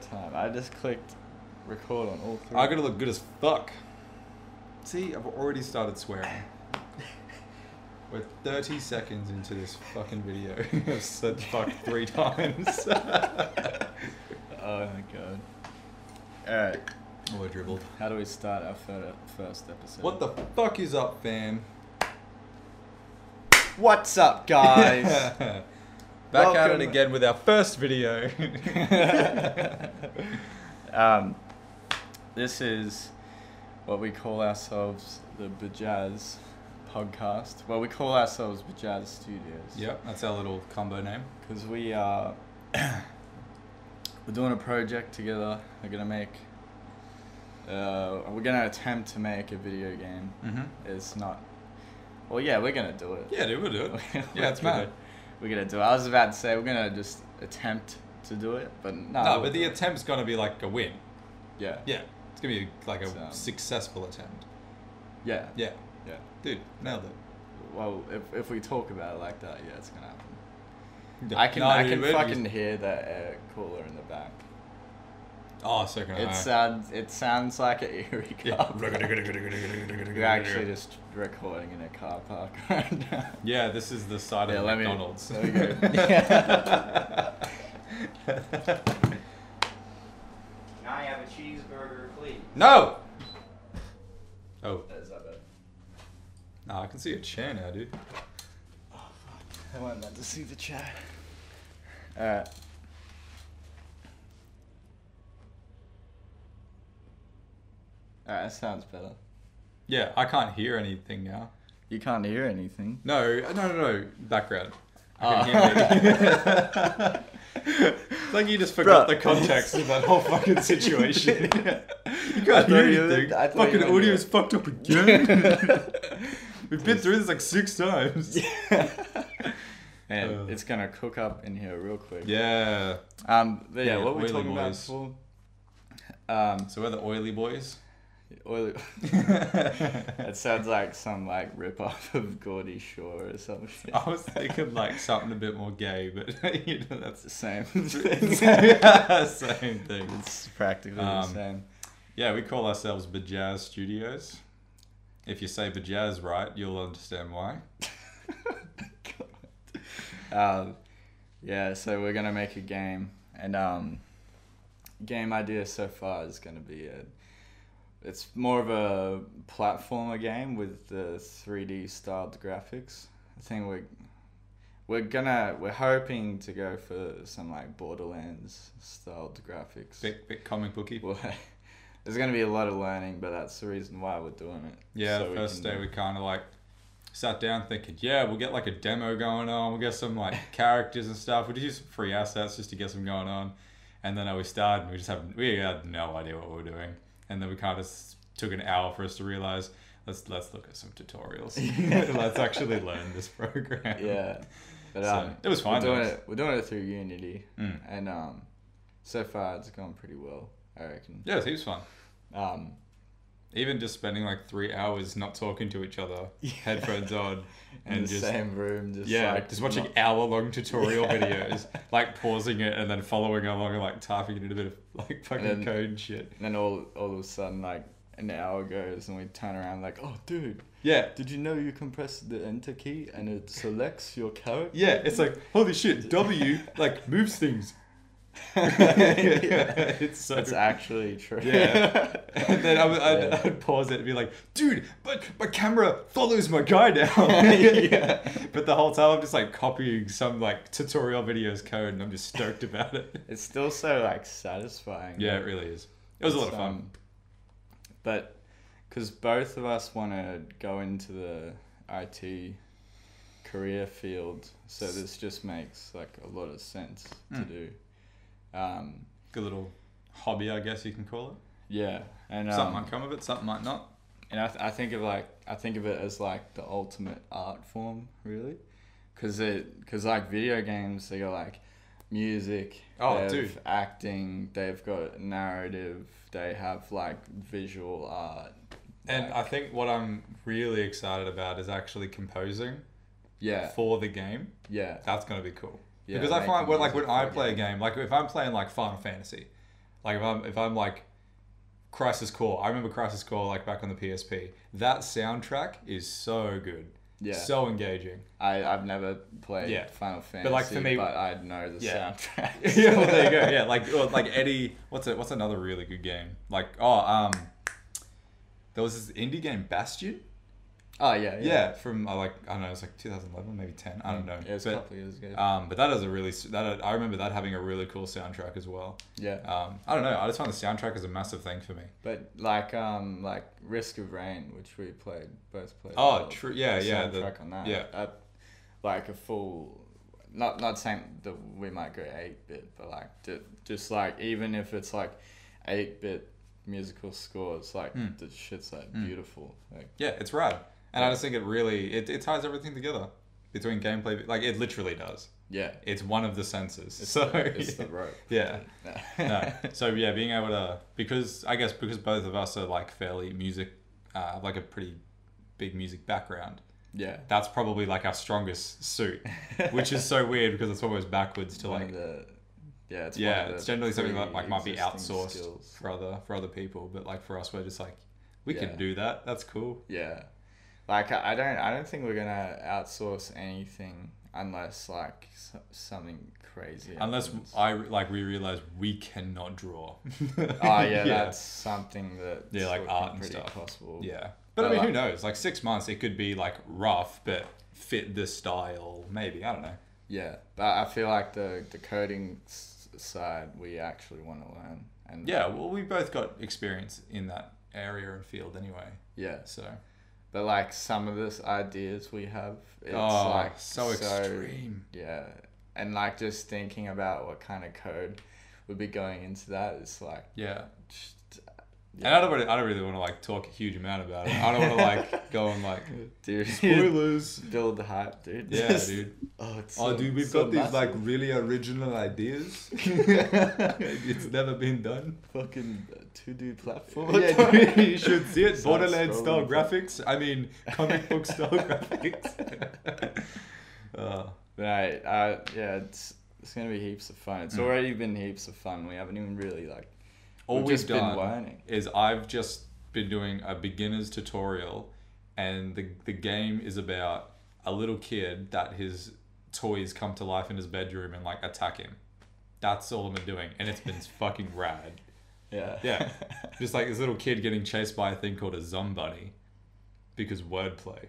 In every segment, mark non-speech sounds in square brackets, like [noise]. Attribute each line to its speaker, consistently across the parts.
Speaker 1: time. I just clicked record on all three.
Speaker 2: I gotta look good as fuck. See, I've already started swearing. We're 30 seconds into this fucking video. [laughs] I've said fuck three [laughs] times.
Speaker 1: Oh my god. Alright,
Speaker 2: oh, I dribbled.
Speaker 1: how do we start our fir- first episode?
Speaker 2: What the fuck is up, fam?
Speaker 1: What's up, guys?
Speaker 2: [laughs] Back at
Speaker 1: Welcome.
Speaker 2: it again with our first [laughs] video.
Speaker 1: [laughs] um, this is what we call ourselves the Bajaz podcast. Well, we call ourselves Bajaz Studios.
Speaker 2: yep, that's our little combo name.
Speaker 1: Because we are. [clears throat] we're doing a project together. We're gonna make. Uh, we're gonna attempt to make a video game.
Speaker 2: Mm-hmm.
Speaker 1: It's not. Well, yeah, we're gonna do it.
Speaker 2: Yeah, dude, we'll do [laughs] it. yeah,
Speaker 1: [laughs] We're
Speaker 2: it's
Speaker 1: gonna-
Speaker 2: mad.
Speaker 1: We're gonna do it. I was about to say we're gonna just attempt to do it, but no.
Speaker 2: No,
Speaker 1: we'll
Speaker 2: but the
Speaker 1: do it.
Speaker 2: attempt's gonna be like a win.
Speaker 1: yeah,
Speaker 2: Yeah, it's gonna be like a
Speaker 1: It's, um,
Speaker 2: successful attempt.
Speaker 1: yeah,
Speaker 2: Yeah,
Speaker 1: yeah.
Speaker 2: dude, nailed it.
Speaker 1: Well, if if we talk about it like that, yeah, it's gonna happen. I can I
Speaker 2: dude,
Speaker 1: can
Speaker 2: we're just-
Speaker 1: fucking hear that air cooler in the back.
Speaker 2: Oh, so can
Speaker 1: It
Speaker 2: I.
Speaker 1: sounds it sounds like an
Speaker 2: [laughs]
Speaker 1: eerie
Speaker 2: yeah.
Speaker 1: car. We're
Speaker 2: [laughs]
Speaker 1: actually just recording in a car park right now.
Speaker 2: yeah, this is the side
Speaker 1: Yeah,
Speaker 2: of
Speaker 1: let me-
Speaker 2: McDonald's.
Speaker 1: there we [laughs] go. [laughs]
Speaker 2: [laughs]
Speaker 3: Can I have a cheeseburger, please?
Speaker 2: no. Oh,
Speaker 1: Is that better?
Speaker 2: nah, I can see a chair now, dude.
Speaker 1: I wasn't meant to see the chat. Alright. Alright, that sounds better.
Speaker 2: Yeah, I can't hear anything now.
Speaker 1: You can't hear anything.
Speaker 2: No, no, no, no. Background. I can hear
Speaker 1: [laughs]
Speaker 2: me. It's like you just forgot
Speaker 1: Oh. Bruh.
Speaker 2: the context of that whole
Speaker 1: [laughs]
Speaker 2: fucking [laughs] situation. you can't
Speaker 1: thought
Speaker 2: hear
Speaker 1: you were-
Speaker 2: anything.
Speaker 1: I thought you
Speaker 2: Fucking
Speaker 1: were-
Speaker 2: audio's fucked
Speaker 1: [laughs]
Speaker 2: up again. [laughs] We've been through this like six times.
Speaker 1: [laughs] Man,
Speaker 2: Uh.
Speaker 1: it's gonna cook up in here real quick.
Speaker 2: Yeah.
Speaker 1: Um but yeah,
Speaker 2: Yeah,
Speaker 1: what were we
Speaker 2: oily
Speaker 1: talking
Speaker 2: boys.
Speaker 1: about before? Um
Speaker 2: So we're the oily boys.
Speaker 1: oily [laughs] That sounds like some like rip off of Gordy Shore or
Speaker 2: [laughs]
Speaker 1: some shit.
Speaker 2: I was thinking like something a bit more gay, but [laughs] you know
Speaker 1: It's
Speaker 2: that's
Speaker 1: the same
Speaker 2: [laughs]
Speaker 1: thing.
Speaker 2: same thing.
Speaker 1: it's practically the
Speaker 2: Um,
Speaker 1: same.
Speaker 2: Yeah, we call ourselves Bajaz Studios. If you say Bajaz right, you'll understand why.
Speaker 1: Um, yeah, so we're gonna make a game, and um, game idea so far is gonna be a. It's more of a platformer game with the three D styled graphics. I think we're we're gonna we're hoping to go for some like Borderlands styled graphics.
Speaker 2: Bit, bit comic booky.
Speaker 1: Well, [laughs] there's gonna be a lot of learning, but that's the reason why we're doing it.
Speaker 2: Yeah,
Speaker 1: So
Speaker 2: the
Speaker 1: we
Speaker 2: first
Speaker 1: can
Speaker 2: day
Speaker 1: do-
Speaker 2: we kind of like sat down thinking, yeah, we'll get like a demo going on. We'll get some like
Speaker 1: [laughs]
Speaker 2: characters and stuff. We'll just use some free assets just to get some going on. And then uh, we started and we just have we had no idea what we were doing. And then we kind of took an hour for us to realize let's let's look at some
Speaker 1: [laughs]
Speaker 2: tutorials. let's actually learn this program.
Speaker 1: Yeah, but
Speaker 2: So,
Speaker 1: um,
Speaker 2: it was fine,
Speaker 1: We're doing
Speaker 2: though.
Speaker 1: it, we're doing it through Unity,
Speaker 2: Mm.
Speaker 1: and um, so far it's gone pretty well, I reckon.
Speaker 2: Yeah, it was fun.
Speaker 1: Um,
Speaker 2: Even just spending like three hours not talking to
Speaker 1: [laughs]
Speaker 2: each other, headphones on,
Speaker 1: in
Speaker 2: and
Speaker 1: the
Speaker 2: just
Speaker 1: same room, just
Speaker 2: yeah,
Speaker 1: like
Speaker 2: just watching
Speaker 1: not-
Speaker 2: hour
Speaker 1: [laughs]
Speaker 2: long tutorial videos, like pausing it and then following along and like typing in a bit of like fucking
Speaker 1: then-
Speaker 2: code and shit.
Speaker 1: and then all all of a sudden, like an hour goes, and we turn around like, oh, dude,
Speaker 2: Yeah,
Speaker 1: did you know you compress the enter key and it selects your character?
Speaker 2: yeah, it's like holy
Speaker 1: [laughs]
Speaker 2: shit, W like moves things. [laughs] it's
Speaker 1: [laughs]
Speaker 2: so
Speaker 1: That's actually true.
Speaker 2: Yeah. and then I would, I'd,
Speaker 1: Yeah.
Speaker 2: I'd pause it and be like, dude, but my camera follows my guy now.
Speaker 1: [laughs] [laughs] Yeah.
Speaker 2: But the whole time I'm just like copying some like tutorial videos code and I'm just stoked
Speaker 1: [laughs]
Speaker 2: about it.
Speaker 1: it's still so like satisfying.
Speaker 2: Yeah, it really is. It was a lot of
Speaker 1: It's,
Speaker 2: fun.
Speaker 1: um, but because both of us want to go into the IT career field, so this just makes like a lot of sense to
Speaker 2: mm.
Speaker 1: do. Um,
Speaker 2: Good little hobby, I guess you can call it.
Speaker 1: yeah, and
Speaker 2: Something
Speaker 1: um,
Speaker 2: might come of it, something might not.
Speaker 1: and I, th- I think of like I think of it as like the ultimate art form, really, because it because like video games they got like music,
Speaker 2: Oh,
Speaker 1: they have
Speaker 2: dude.
Speaker 1: acting, they've got narrative, they have like visual art,
Speaker 2: And
Speaker 1: like-
Speaker 2: I think what I'm really excited about is actually composing
Speaker 1: yeah,
Speaker 2: for the game.
Speaker 1: yeah.
Speaker 2: That's gonna be cool.
Speaker 1: Yeah,
Speaker 2: because I
Speaker 1: making
Speaker 2: find when like when
Speaker 1: music
Speaker 2: I
Speaker 1: for a
Speaker 2: play a game, like if I'm playing like Final Fantasy, Like if I'm if I'm like Crisis Core, I remember Crisis Core like back on the PSP. That soundtrack is so good.
Speaker 1: Yeah. [laughs]
Speaker 2: So engaging.
Speaker 1: I, I've never played
Speaker 2: Yeah.
Speaker 1: Final Fantasy,
Speaker 2: like, for me-
Speaker 1: but I know the
Speaker 2: Yeah.
Speaker 1: soundtrack.
Speaker 2: [laughs] yeah, well, there you go. Yeah, like or, like Eddie. What's it? What's another really good game? Like oh um, there was this indie game Bastion.
Speaker 1: [laughs] Oh, yeah, yeah.
Speaker 2: Yeah, from uh, like I don't know, it's like 2011, maybe 10. I don't know.
Speaker 1: It was a
Speaker 2: but,
Speaker 1: couple years ago.
Speaker 2: um, but that is a really s- that I remember that having a really cool soundtrack as well.
Speaker 1: yeah.
Speaker 2: Um, I don't know. I just find the soundtrack is a massive thing for me.
Speaker 1: But like um like Risk of Rain, which we played both played.
Speaker 2: Oh,
Speaker 1: the-
Speaker 2: true. Yeah,
Speaker 1: the
Speaker 2: yeah, the-
Speaker 1: soundtrack on that.
Speaker 2: yeah.
Speaker 1: Uh, like a full, not not saying that we might go eight bit, but like d- just like even if it's like eight bit musical scores, like
Speaker 2: Hmm.
Speaker 1: the shit's like beautiful. Like
Speaker 2: Yeah, it's rad, and I just think it really it, it ties everything together between gameplay. Like it literally does.
Speaker 1: yeah,
Speaker 2: It's one of the senses. so
Speaker 1: it's the rope.
Speaker 2: [laughs] yeah. no. So yeah, being able to because I guess because both of us are like fairly music, uh, have, like a pretty big music background.
Speaker 1: yeah.
Speaker 2: That's probably like our strongest suit, [laughs] which is so weird because it's almost backwards to
Speaker 1: One
Speaker 2: like
Speaker 1: of the, yeah, it's one
Speaker 2: yeah,
Speaker 1: of the
Speaker 2: it's generally something that like might be
Speaker 1: pre-existing
Speaker 2: outsourced
Speaker 1: skills.
Speaker 2: for other for other people, but like for us, we're just like we
Speaker 1: Yeah.
Speaker 2: can do that. That's cool.
Speaker 1: Yeah, like I I don't, I don't think we're gonna outsource anything unless like s something crazy.
Speaker 2: Unless
Speaker 1: happens.
Speaker 2: I re- like we realize we cannot draw. oh [laughs]
Speaker 1: oh yeah, that's something that
Speaker 2: Yeah, like art and stuff.
Speaker 1: possible.
Speaker 2: Yeah. But I
Speaker 1: But,
Speaker 2: mean, who
Speaker 1: like-
Speaker 2: knows? Like six months, it could be like rough, but fit the style. Maybe I don't know.
Speaker 1: yeah, but I feel like the the coding s- side we actually want to learn and
Speaker 2: Yeah. Well, we both got experience in that area and field anyway.
Speaker 1: yeah.
Speaker 2: So
Speaker 1: But like some of this ideas we have, it's
Speaker 2: oh,
Speaker 1: like
Speaker 2: so extreme.
Speaker 1: Yeah, and like just thinking about what kind of code would be going into that, it's like
Speaker 2: Yeah.
Speaker 1: just,
Speaker 2: And I don't, really, I don't really want to like talk a huge amount about it. I don't want to [laughs]
Speaker 1: [laughs]
Speaker 2: like go and like
Speaker 1: dude,
Speaker 2: spoilers.
Speaker 1: build the hype, dude.
Speaker 2: Yeah,
Speaker 1: Just-
Speaker 2: dude.
Speaker 1: Oh, it's
Speaker 2: Oh,
Speaker 1: so-
Speaker 2: dude, we've
Speaker 1: so
Speaker 2: got these like
Speaker 1: [laughs] massive.
Speaker 2: really original
Speaker 1: [laughs]
Speaker 2: ideas. [laughs] it's never been done.
Speaker 1: fucking two D platform. [laughs]
Speaker 2: Yeah, dude, [laughs] you should see it.
Speaker 1: Side
Speaker 2: Borderlands style
Speaker 1: scrolling plat-
Speaker 2: graphics. I mean, comic
Speaker 1: [laughs]
Speaker 2: book style graphics. [laughs] uh,
Speaker 1: Right. Uh, yeah, it's it's gonna be heaps of fun.
Speaker 2: Mm.
Speaker 1: It's already been heaps of fun. We haven't even really like
Speaker 2: all
Speaker 1: We've
Speaker 2: we've,
Speaker 1: just been
Speaker 2: done
Speaker 1: learning.
Speaker 2: is I've just been doing a beginner's tutorial, and the the game is about a little kid that his toys come to life in his bedroom and like attack him. That's all I've been doing, and it's been fucking rad.
Speaker 1: yeah
Speaker 2: Yeah. Just like this little kid getting chased by a thing called a zombunny because wordplay.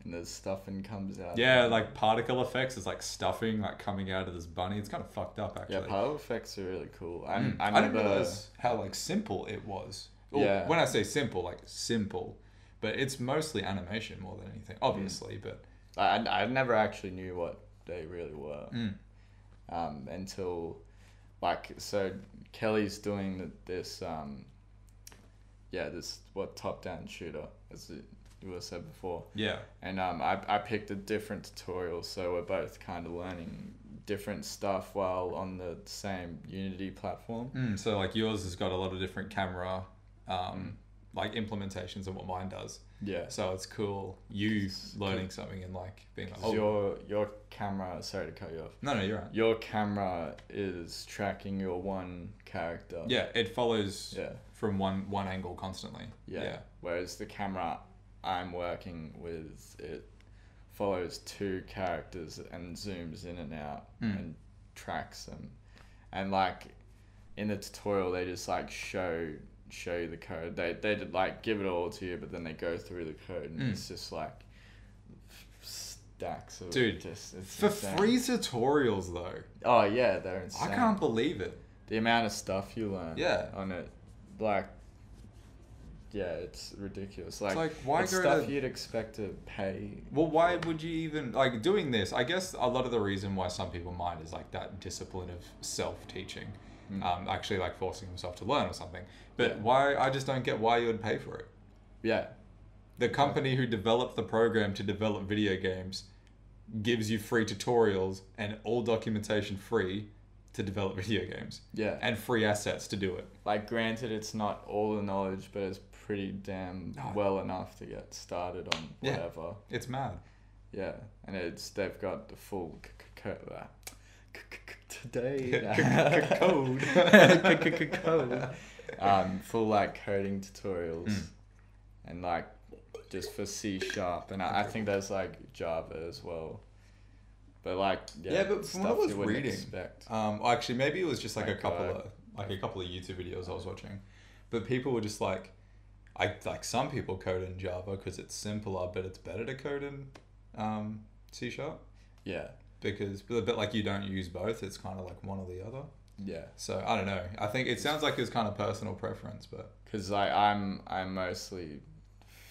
Speaker 1: [laughs] and there's stuff and comes out.
Speaker 2: Yeah, like particle effects is like stuffing, like coming out of this bunny. It's kind of fucked up
Speaker 1: Yeah,
Speaker 2: actually.
Speaker 1: power effects are really cool. I
Speaker 2: Mm.
Speaker 1: I
Speaker 2: I didn't
Speaker 1: never-
Speaker 2: realize how like simple it was. Or,
Speaker 1: Yeah.
Speaker 2: When I say simple, like simple, but it's mostly animation more than
Speaker 1: Mm.
Speaker 2: anything, obviously. But
Speaker 1: I, I I never actually knew what they really were
Speaker 2: Mm.
Speaker 1: um, until like so Kelly's doing th- this um, yeah this what top down shooter as it- you were said before
Speaker 2: yeah,
Speaker 1: and um, I, I picked a different tutorial so we're both kind of learning different stuff while on the same Unity platform
Speaker 2: Mm, so like yours has got a lot of different camera,
Speaker 1: Mm.
Speaker 2: um, like implementations of what mine does.
Speaker 1: yeah
Speaker 2: So it's cool you learning something and like being like,
Speaker 1: 'Cause
Speaker 2: oh,
Speaker 1: your your camera sorry to cut you off
Speaker 2: no, no, you're right.
Speaker 1: your camera is tracking your one character
Speaker 2: Yeah, it follows
Speaker 1: yeah
Speaker 2: from one one angle constantly.
Speaker 1: Yeah. Whereas the camera I'm working with, it follows two characters and zooms in and out
Speaker 2: Mm.
Speaker 1: and tracks them. And like in the tutorial, they just like show show you the code. They they did like give it all to you, but then they go through the code and
Speaker 2: Mm.
Speaker 1: it's just like stacks of
Speaker 2: Dude,
Speaker 1: Just, it's
Speaker 2: For
Speaker 1: insane.
Speaker 2: free tutorials though,
Speaker 1: Oh yeah, they're
Speaker 2: I
Speaker 1: insane.
Speaker 2: can't believe it.
Speaker 1: The amount of stuff you learn.
Speaker 2: Yeah.
Speaker 1: On it, like. Yeah, it's ridiculous. Like,
Speaker 2: like, why
Speaker 1: it's
Speaker 2: go
Speaker 1: stuff
Speaker 2: to-
Speaker 1: you'd expect to pay.
Speaker 2: Well, why would you even like doing this? I guess a lot of the reason why some people mind is like that discipline of self teaching, um, actually like forcing himself to learn or something. But
Speaker 1: Hmm. Yeah.
Speaker 2: why I just don't get why you would pay for it.
Speaker 1: Yeah,
Speaker 2: The company who developed the program to develop video games gives you free tutorials and all documentation free to develop [laughs] video games
Speaker 1: yeah.
Speaker 2: and free assets to do it.
Speaker 1: like, granted, it's not all the knowledge, but it's pretty damn
Speaker 2: No.
Speaker 1: well enough to get started on
Speaker 2: Yeah.
Speaker 1: whatever.
Speaker 2: It's mad.
Speaker 1: Yeah, and it's they've got the full c- c- co- uh, c- c- c-
Speaker 2: [laughs]
Speaker 1: today. [laughs]
Speaker 2: Code.
Speaker 1: Code. Um, full like coding tutorials,
Speaker 2: Mm.
Speaker 1: and like just for C sharp, and I, I think there's like Java as well. But like yeah,
Speaker 2: Yeah, but from what I
Speaker 1: stuff
Speaker 2: was
Speaker 1: you wouldn't
Speaker 2: reading,
Speaker 1: expect.
Speaker 2: Um, actually, maybe it was just like a
Speaker 1: Like,
Speaker 2: couple
Speaker 1: uh,
Speaker 2: of like a couple of YouTube videos I was watching, but people were just like, I like some people code in Java because it's simpler, but it's better to code in um, C sharp
Speaker 1: Yeah,
Speaker 2: because but, but like you don't use both. It's kind of like one or the other.
Speaker 1: yeah.
Speaker 2: So I don't know. I think it sounds like it's kind of personal preference, but
Speaker 1: Cause like I'm I'm mostly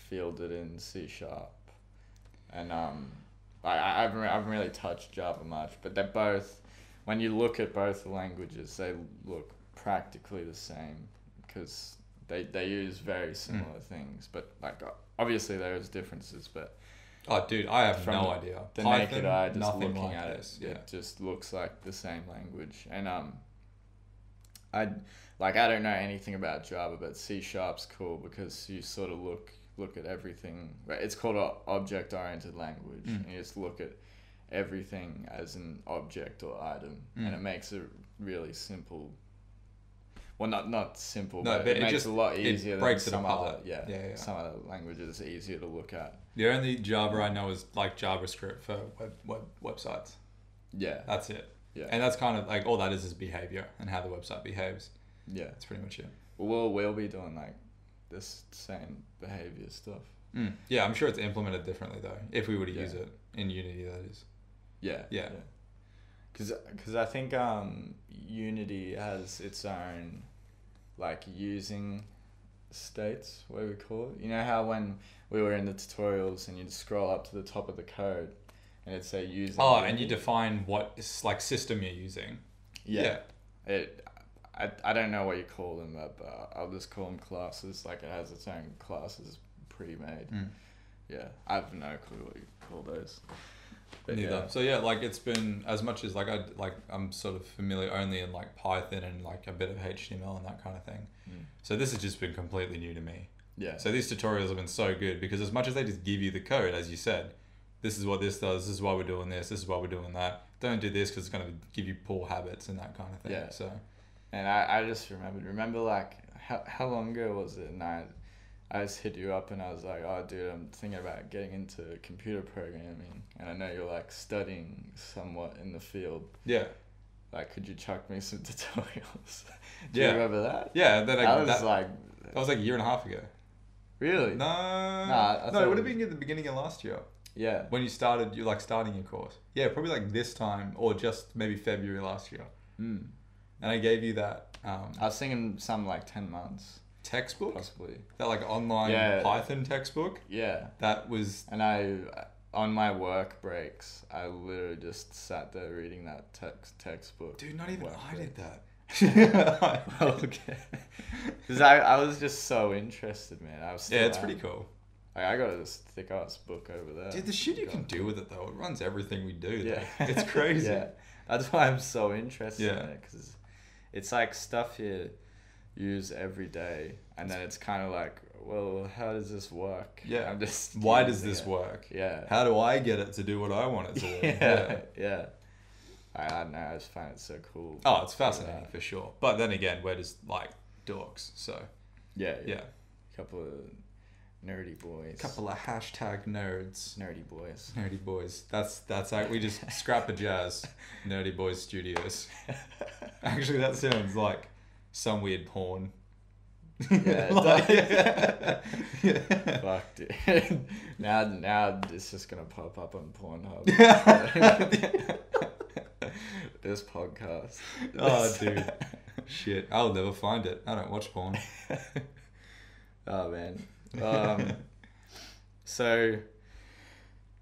Speaker 1: fielded in C sharp, and um I I I haven't, re- I haven't really touched Java much, but they're both when you look at both the languages, they look practically the same because they they use very similar things, but like o- obviously there is differences, but
Speaker 2: oh, dude, I have
Speaker 1: From
Speaker 2: no idea.
Speaker 1: the
Speaker 2: Python,
Speaker 1: naked eye just
Speaker 2: nothing
Speaker 1: looking
Speaker 2: like
Speaker 1: at
Speaker 2: this,
Speaker 1: it, it just looks like the same language. And um, I like I don't know anything about Java, but C sharp's cool because you sort of look look at everything. Right, it's called an object oriented language,
Speaker 2: Mm.
Speaker 1: and you just look at everything as an object or item, and
Speaker 2: Mm.
Speaker 1: it makes it really simple. Well, not not simple,
Speaker 2: No,
Speaker 1: but,
Speaker 2: but
Speaker 1: it,
Speaker 2: it
Speaker 1: makes
Speaker 2: just-
Speaker 1: it a lot
Speaker 2: it
Speaker 1: easier than
Speaker 2: breaks it
Speaker 1: some
Speaker 2: apart.
Speaker 1: other yeah,
Speaker 2: Yeah, yeah.
Speaker 1: some other languages. It's easier to look at.
Speaker 2: The only Java I know is like JavaScript for web, web websites.
Speaker 1: Yeah,
Speaker 2: That's it.
Speaker 1: Yeah.
Speaker 2: And that's kind of like all that is is behavior and how the website behaves.
Speaker 1: yeah.
Speaker 2: That's pretty much it.
Speaker 1: Well, we'll be doing like this same behavior stuff.
Speaker 2: Yeah, I'm sure it's implemented differently though. If we were to use
Speaker 1: Hmm. Yeah.
Speaker 2: it in Unity, that is.
Speaker 1: Yeah.
Speaker 2: Yeah.
Speaker 1: Because cause I think um, Unity has its own like using states, what we call it. You know how when we were in the tutorials and you'd scroll up to the top of the code and it'd say using.
Speaker 2: Oh, and you
Speaker 1: Unity?
Speaker 2: define what is like system you're using.
Speaker 1: Yeah. It, I, I don't know what you call them, but but I'll just call them classes. Like it has its own classes pre made.
Speaker 2: Mm.
Speaker 1: Yeah. I have no clue what you call those. But
Speaker 2: Neither.
Speaker 1: yeah.
Speaker 2: So yeah, like it's been as much as like I like I'm sort of familiar only in like Python and like a bit of HTML and that kind of thing.
Speaker 1: Mm.
Speaker 2: So this has just been completely new to me.
Speaker 1: Yeah.
Speaker 2: So these tutorials have been so good because as much as they just give you the code, as you said, this is what this does, this is why we're doing this, this is why we're doing that. Don't do this because it's going to give you poor habits and that kind of thing.
Speaker 1: Yeah.
Speaker 2: So
Speaker 1: And I, I just remembered, remember like how, how long ago was it? And I, I just hit you up and I was like, oh, dude, I'm thinking about getting into computer programming. And I know you're like studying somewhat in the field.
Speaker 2: yeah,
Speaker 1: Like, could you chuck me some [laughs] tutorials? Do
Speaker 2: Yeah.
Speaker 1: you remember that?
Speaker 2: yeah. That,
Speaker 1: I
Speaker 2: that,
Speaker 1: was like,
Speaker 2: that was like a year and a half ago.
Speaker 1: really?
Speaker 2: No,
Speaker 1: I
Speaker 2: no,
Speaker 1: thought
Speaker 2: it would have
Speaker 1: it-
Speaker 2: been at the beginning of last year
Speaker 1: Yeah.
Speaker 2: when you started. You like starting your course. Yeah, probably like this time or just maybe February last year.
Speaker 1: Mm.
Speaker 2: And I gave you that um,
Speaker 1: I was thinking some like 10 months,
Speaker 2: textbook,
Speaker 1: possibly.
Speaker 2: that like online
Speaker 1: Yeah.
Speaker 2: Python textbook.
Speaker 1: Yeah.
Speaker 2: That was
Speaker 1: And I, on my work breaks, I literally just sat there reading that text textbook.
Speaker 2: dude. Not even
Speaker 1: Work
Speaker 2: I did
Speaker 1: breaks. [laughs]
Speaker 2: that. [laughs]
Speaker 1: okay. [laughs] Because I, I was just so interested, man. I was still
Speaker 2: Yeah, it's
Speaker 1: am.
Speaker 2: pretty cool.
Speaker 1: Like, I got this thick ass book over there.
Speaker 2: Dude, the shit you can
Speaker 1: God.
Speaker 2: do with it though, it runs everything we do.
Speaker 1: Yeah, [laughs]
Speaker 2: Yeah, it's crazy.
Speaker 1: yeah, that's why I'm so interested
Speaker 2: Yeah.
Speaker 1: in it because it's like stuff you use every day, and then it's kind of like, well, how does this work?
Speaker 2: Yeah.
Speaker 1: I'm just.
Speaker 2: Why does
Speaker 1: using
Speaker 2: this
Speaker 1: it.
Speaker 2: work?
Speaker 1: [laughs] Yeah.
Speaker 2: How do I get it to do what I want it to do?
Speaker 1: [laughs] yeah. Yeah. I, I don't know. I just find it so cool.
Speaker 2: Oh, it's fascinating for sure. But then again, we're just like dorks, so
Speaker 1: Yeah. Yeah.
Speaker 2: yeah.
Speaker 1: Couple of nerdy boys.
Speaker 2: Couple of hashtag nerds,
Speaker 1: nerdy
Speaker 2: [laughs]
Speaker 1: boys.
Speaker 2: nerdy boys. That's that's how
Speaker 1: [laughs]
Speaker 2: we just scrap a jazz, nerdy boys studios. [laughs] Actually, that sounds like some weird porn.
Speaker 1: Yeah, it
Speaker 2: [laughs] Like-
Speaker 1: does.
Speaker 2: [laughs] yeah.
Speaker 1: Fuck, dude. [laughs] now, now it's just gonna pop up on [laughs] Pornhub. this podcast.
Speaker 2: Oh, dude. Shit, I'll never find it. I don't watch porn.
Speaker 1: [laughs] Oh man. [laughs] Um, so,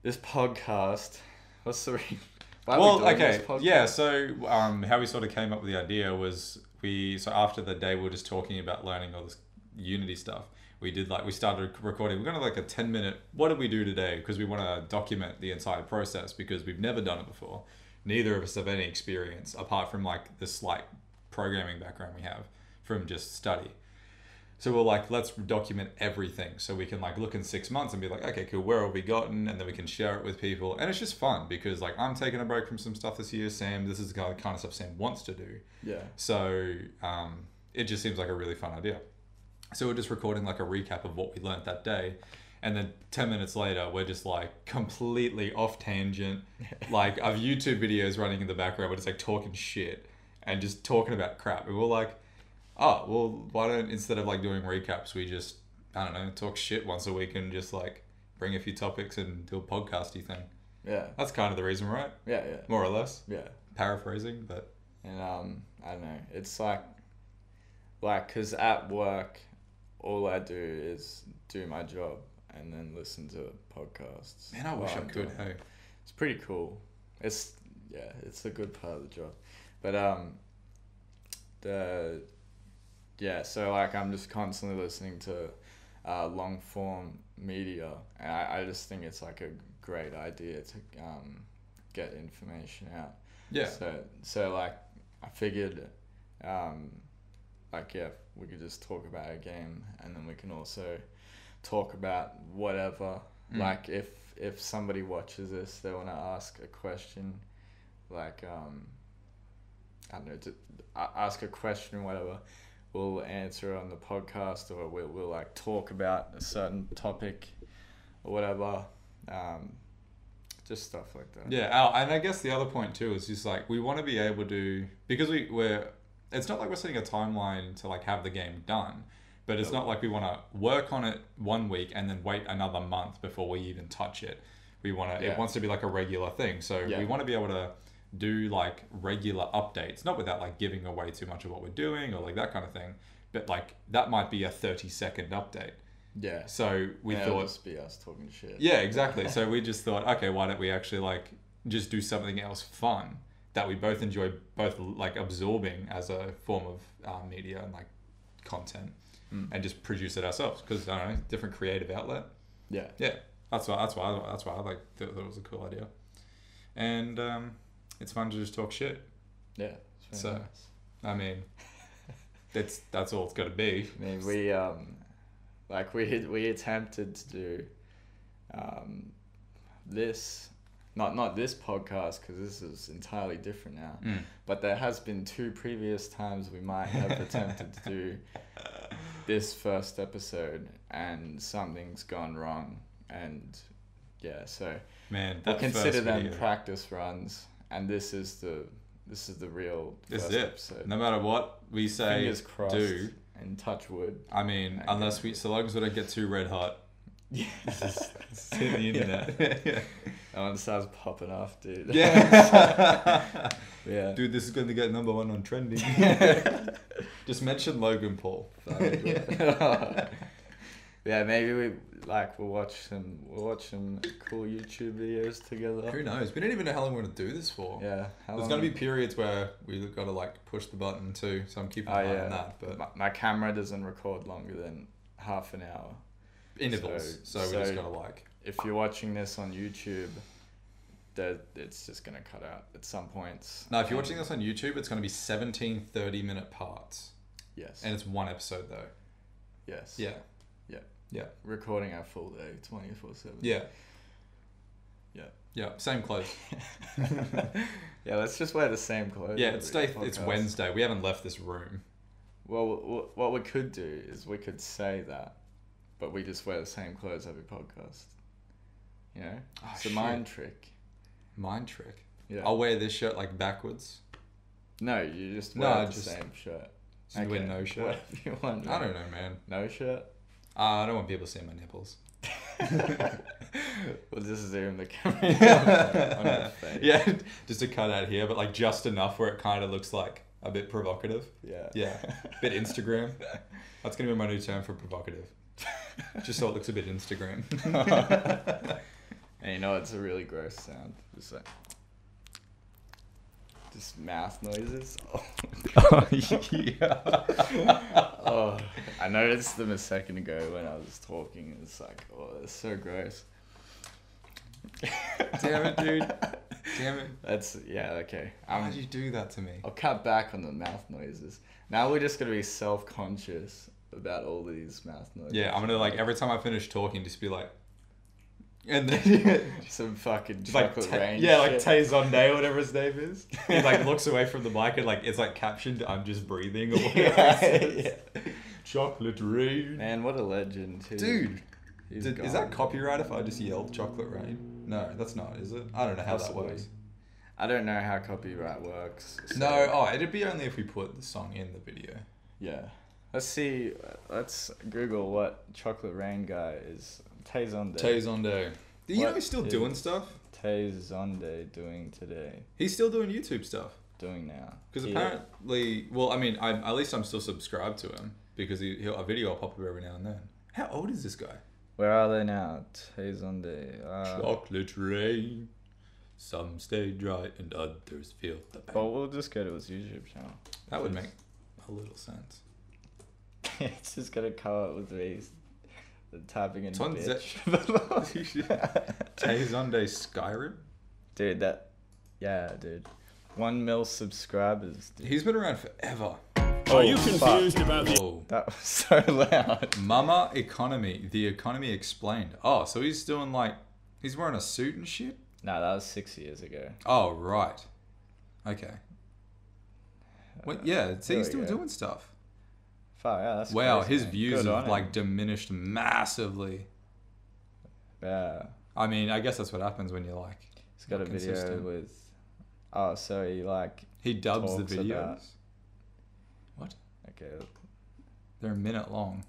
Speaker 1: this podcast. What's the reason? Why are we
Speaker 2: well,
Speaker 1: doing
Speaker 2: okay,
Speaker 1: this podcast?
Speaker 2: yeah. So, um, how we sort of came up with the idea was we so after the day we were just talking about learning all this Unity stuff. We did like we started recording. We're gonna like a ten minute. What did we do today? Because we want to document the entire process because we've never done it before. Neither of us have any experience apart from like the slight programming background we have from just study. So we're like, let's document everything so we can like look in six months and be like, okay, cool, where have we gotten? And then we can share it with people. And it's just fun because like I'm taking a break from some stuff this year. Sam, this is the kind of kind of stuff Sam wants to do.
Speaker 1: Yeah.
Speaker 2: So um, it just seems like a really fun idea. So we're just recording like a recap of what we learnt that day. And then 10 minutes later, we're just like completely off tangent. like, I've YouTube videos running in the background. We're just like talking shit and just talking about crap. And we're like, oh, well, why don't, instead of like doing recaps, we just, I don't know, talk shit once a week and just like bring a few topics and do a podcasty thing.
Speaker 1: Yeah.
Speaker 2: That's kind of the reason, right?
Speaker 1: Yeah. Yeah.
Speaker 2: More or less.
Speaker 1: Yeah.
Speaker 2: Paraphrasing, but
Speaker 1: and um, I don't know. It's like, like, cause at work, all I do is do my job and then listen to podcasts.
Speaker 2: man, I
Speaker 1: while
Speaker 2: wish I
Speaker 1: I'm
Speaker 2: could.
Speaker 1: doing it.
Speaker 2: Hey.
Speaker 1: It's pretty cool. It's yeah, it's a good part of the job, but um, the yeah, so like I'm just constantly listening to uh, long form media, and I, I just think it's like a great idea to um, get information out.
Speaker 2: Yeah.
Speaker 1: So so like I figured, um, like yeah, we could just talk about a game, and then we can also talk about whatever.
Speaker 2: Mm.
Speaker 1: Like if if somebody watches this, they want to ask a question, like um, I don't know, to, a- ask a question, whatever. We'll answer it on the podcast, or we'll, we'll like talk about a certain topic, or whatever. Um, just stuff like that.
Speaker 2: Yeah, Al, and I guess the other point too is just like we want to be able to because we we're it's not like we're setting a timeline to like have the game done, but it's not like we want to work on it one week and then wait another month before we even touch it. We want to
Speaker 1: Yeah.
Speaker 2: it wants to be like a regular thing, so
Speaker 1: Yeah.
Speaker 2: we want to be able to do like regular updates, not without like giving away too much of what we're doing or like that kind of thing. But like that might be a thirty second update.
Speaker 1: Yeah.
Speaker 2: So we
Speaker 1: Yeah, it'll
Speaker 2: thought
Speaker 1: just be us talking shit.
Speaker 2: Yeah, exactly. So we just thought, okay, why don't we actually like just do something else fun that we both enjoy, both like absorbing as a form of uh, media and like content,
Speaker 1: Mm.
Speaker 2: and just produce it ourselves because I don't know, different creative outlet.
Speaker 1: Yeah.
Speaker 2: Yeah, that's why. That's why. That's why I like thought that was a cool idea, and um, it's fun to just talk shit.
Speaker 1: Yeah. it's
Speaker 2: So-
Speaker 1: very nice. [laughs]
Speaker 2: I mean, that's that's all it's got to be.
Speaker 1: I mean, we um, like we we attempted to do, um, this, not not this podcast because this is entirely different now.
Speaker 2: Mm.
Speaker 1: But there has been two previous times we might have attempted to [laughs] do this first episode, and something's gone wrong, and yeah, so
Speaker 2: Man,
Speaker 1: we'll
Speaker 2: that
Speaker 1: consider
Speaker 2: first
Speaker 1: them
Speaker 2: video.
Speaker 1: practice runs, and this is the this is the real
Speaker 2: This
Speaker 1: first
Speaker 2: is it.
Speaker 1: episode.
Speaker 2: No matter what we say,
Speaker 1: Fingers crossed.
Speaker 2: do.
Speaker 1: and touch wood. [laughs]
Speaker 2: I mean,
Speaker 1: Okay.
Speaker 2: unless we, so long as we don't get too
Speaker 1: [laughs]
Speaker 2: red hot.
Speaker 1: Yeah.
Speaker 2: [laughs] It's in the internet. [laughs]
Speaker 1: [laughs]
Speaker 2: Yeah.
Speaker 1: That one starts popping off, dude. [laughs] yeah. [laughs]
Speaker 2: Dude, this is going to get number one on trending. [laughs] Just mention Logan
Speaker 1: [laughs]
Speaker 2: Paul.
Speaker 1: yeah. maybe we like we'll watch some we'll watch some cool YouTube videos
Speaker 2: Who
Speaker 1: together.
Speaker 2: knows? We don't even know how long we're going to do this for.
Speaker 1: Yeah. how
Speaker 2: There's
Speaker 1: long-
Speaker 2: going to be periods where we've got to like push the button too. So I'm keeping an
Speaker 1: Oh,
Speaker 2: eye
Speaker 1: yeah.
Speaker 2: on that. But
Speaker 1: my, my camera doesn't record longer than half an hour.
Speaker 2: intervals.
Speaker 1: so-
Speaker 2: So, we just
Speaker 1: so-
Speaker 2: got to like.
Speaker 1: If you're watching this on YouTube, that it's just gonna cut out at some points.
Speaker 2: Now, if you're watching this on YouTube, it's going to be 17 30 minute parts.
Speaker 1: Yes.
Speaker 2: And it's one episode though.
Speaker 1: yes.
Speaker 2: Yeah.
Speaker 1: Recording our full day, twenty four seven.
Speaker 2: Yeah.
Speaker 1: Yeah.
Speaker 2: Yeah. Same clothes.
Speaker 1: [laughs] yeah, let's just wear the same clothes.
Speaker 2: Yeah, it's
Speaker 1: every
Speaker 2: day, it's
Speaker 1: podcast.
Speaker 2: Wednesday. We haven't left this room.
Speaker 1: Well, w- what we could do is we could say that, but we just wear the same clothes every podcast. You know,
Speaker 2: Oh,
Speaker 1: it's
Speaker 2: shit.
Speaker 1: a mind trick.
Speaker 2: mind trick.
Speaker 1: Yeah.
Speaker 2: I'll wear this shirt like backwards.
Speaker 1: No, you just
Speaker 2: No,
Speaker 1: wear
Speaker 2: I
Speaker 1: the
Speaker 2: just-
Speaker 1: same shirt.
Speaker 2: So you
Speaker 1: [laughs]
Speaker 2: wear no shirt.
Speaker 1: Whatever you want.
Speaker 2: I
Speaker 1: man.
Speaker 2: don't know, man.
Speaker 1: No shirt.
Speaker 2: Uh, I don't want people seeing my nipples. [laughs]
Speaker 1: [laughs] We'll just zoom the camera
Speaker 2: [laughs]
Speaker 1: on your face.
Speaker 2: yeah, just a cut out here, but like just enough where it kind of looks like a bit provocative.
Speaker 1: Yeah.
Speaker 2: [laughs] Yeah,
Speaker 1: [laughs]
Speaker 2: bit Instagram. That's gonna be my new term for provocative. Just so it looks a bit [laughs] Instagram.
Speaker 1: And you know, it's a really gross sound. Just like. Just mouth noises. [laughs]
Speaker 2: [laughs]
Speaker 1: Oh, oh, I noticed them a second ago when I was talking. It's like, oh, that's so gross.
Speaker 2: Damn
Speaker 1: [laughs]
Speaker 2: it, dude. Damn it.
Speaker 1: That's yeah, okay.
Speaker 2: How
Speaker 1: Um,
Speaker 2: did you do that to me?
Speaker 1: I'll cut back on the mouth noises. Now we're just gonna be self-conscious about all these mouth noises.
Speaker 2: Yeah, I'm gonna like
Speaker 1: [laughs]
Speaker 2: every time I finish talking, just be like, and [laughs] then
Speaker 1: gonna some fucking
Speaker 2: just like
Speaker 1: chocolate
Speaker 2: Ta-
Speaker 1: rain.
Speaker 2: yeah, like
Speaker 1: shit.
Speaker 2: Tayzonde, whatever his name is. He [laughs] like looks
Speaker 1: [laughs]
Speaker 2: away from the mic and like it's like captioned, "I'm just [laughs] breathing" or whatever.
Speaker 1: Yeah,
Speaker 2: it says. Chocolate rain,
Speaker 1: Man, what a legend, too.
Speaker 2: dude.
Speaker 1: He's
Speaker 2: did-
Speaker 1: gone.
Speaker 2: is that copyright if I just yelled "chocolate rain"? No, that's not, is it? I don't know how
Speaker 1: Possibly.
Speaker 2: that works.
Speaker 1: I don't know how copyright works. so-
Speaker 2: No, oh, it'd be only if we put the song in the video.
Speaker 1: Yeah. Let's see. Let's Google what chocolate rain guy is. Tayzonde.
Speaker 2: Tayzonde. Do you
Speaker 1: What
Speaker 2: know he's still
Speaker 1: is-
Speaker 2: doing stuff?
Speaker 1: Tayzonde doing today,
Speaker 2: He's still doing YouTube stuff.
Speaker 1: doing now.
Speaker 2: Because
Speaker 1: He-
Speaker 2: apparently, well, I mean, I'm, at least I'm still subscribed to him because he, he'll, a video will pop up every now and then. How old is this guy?
Speaker 1: Where are they now? Tayzonde. Uh,
Speaker 2: Chocolate rain. Some stay dry and others feel the pain.
Speaker 1: but we'll just go to his YouTube channel. [laughs]
Speaker 2: that would make a little sense.
Speaker 1: it's just gonna come up with me typing in
Speaker 2: It's on
Speaker 1: bitch. [laughs]
Speaker 2: Tayzonde Skyrim?
Speaker 1: dude, that. Yeah, dude. One mil subscribers. Dude.
Speaker 2: He's been around forever.
Speaker 4: Are you
Speaker 1: fuck.
Speaker 4: confused about the
Speaker 2: Oh.
Speaker 1: That was [laughs] so loud.
Speaker 2: Mama Economy, The Economy Explained. Oh, so he's doing like, he's wearing a suit and shit?
Speaker 1: No, that was six years ago.
Speaker 2: Oh, right. Okay. Well, yeah, so
Speaker 1: Uh, there
Speaker 2: he's
Speaker 1: we
Speaker 2: still
Speaker 1: go.
Speaker 2: doing stuff.
Speaker 1: Fuck, yeah, that's
Speaker 2: Wow,
Speaker 1: crazy,
Speaker 2: his
Speaker 1: man.
Speaker 2: views
Speaker 1: Good on
Speaker 2: have
Speaker 1: him.
Speaker 2: like diminished massively.
Speaker 1: Yeah.
Speaker 2: I mean, I guess that's what happens when you're like
Speaker 1: He's got a
Speaker 2: Not
Speaker 1: video
Speaker 2: consistent.
Speaker 1: with. Oh, so he like.
Speaker 2: he dubs the
Speaker 1: Talks
Speaker 2: videos.
Speaker 1: about-
Speaker 2: What?
Speaker 1: Okay.
Speaker 2: They're a minute long.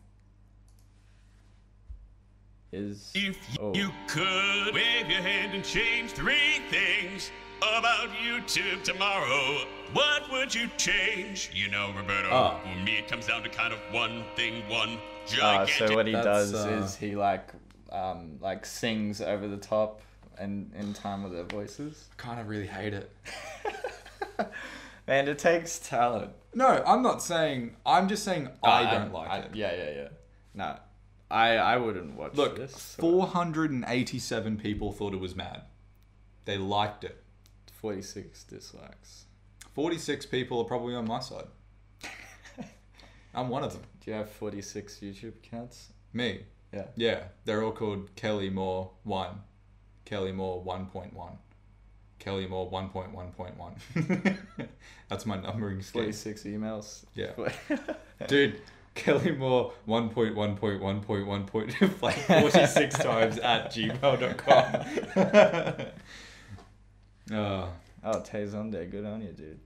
Speaker 1: Is.
Speaker 4: If
Speaker 1: oh,
Speaker 4: you could wave your hand and change three things about YouTube tomorrow, what would you change? You know, Roberto,
Speaker 2: Ah.
Speaker 4: for me it comes down to kind of one thing, one
Speaker 1: Uh,
Speaker 4: gigantic.
Speaker 1: so what he
Speaker 2: That's,
Speaker 1: does
Speaker 2: uh,
Speaker 1: is he like, um, like sings over the top and in time with their voices.
Speaker 2: I kind of really hate it.
Speaker 1: Man, it takes talent.
Speaker 2: No, I'm not saying. I'm just saying I don't like
Speaker 1: I-
Speaker 2: it.
Speaker 1: Yeah, yeah, yeah. No, I I wouldn't watch
Speaker 2: Look,
Speaker 1: this. so-
Speaker 2: 487 people thought it was mad. They liked it.
Speaker 1: 46 dislikes.
Speaker 2: 46 people are probably on my side. I'm one of them.
Speaker 1: Do you have 46 YouTube accounts?
Speaker 2: Me.
Speaker 1: Yeah.
Speaker 2: Yeah, they're all called Kelly Moore One, Kelly Moore One Point One, Kelly Moore One Point One [laughs] Point One. That's my numbering scheme.
Speaker 1: 46 emails. [laughs]
Speaker 2: Yeah. Dude, Kelly Moore One Point One Point One Point One Point [laughs] like forty six times at
Speaker 1: oh, [laughs]
Speaker 2: gmail.com. uh,
Speaker 1: oh, Tayzonde, good on you, dude.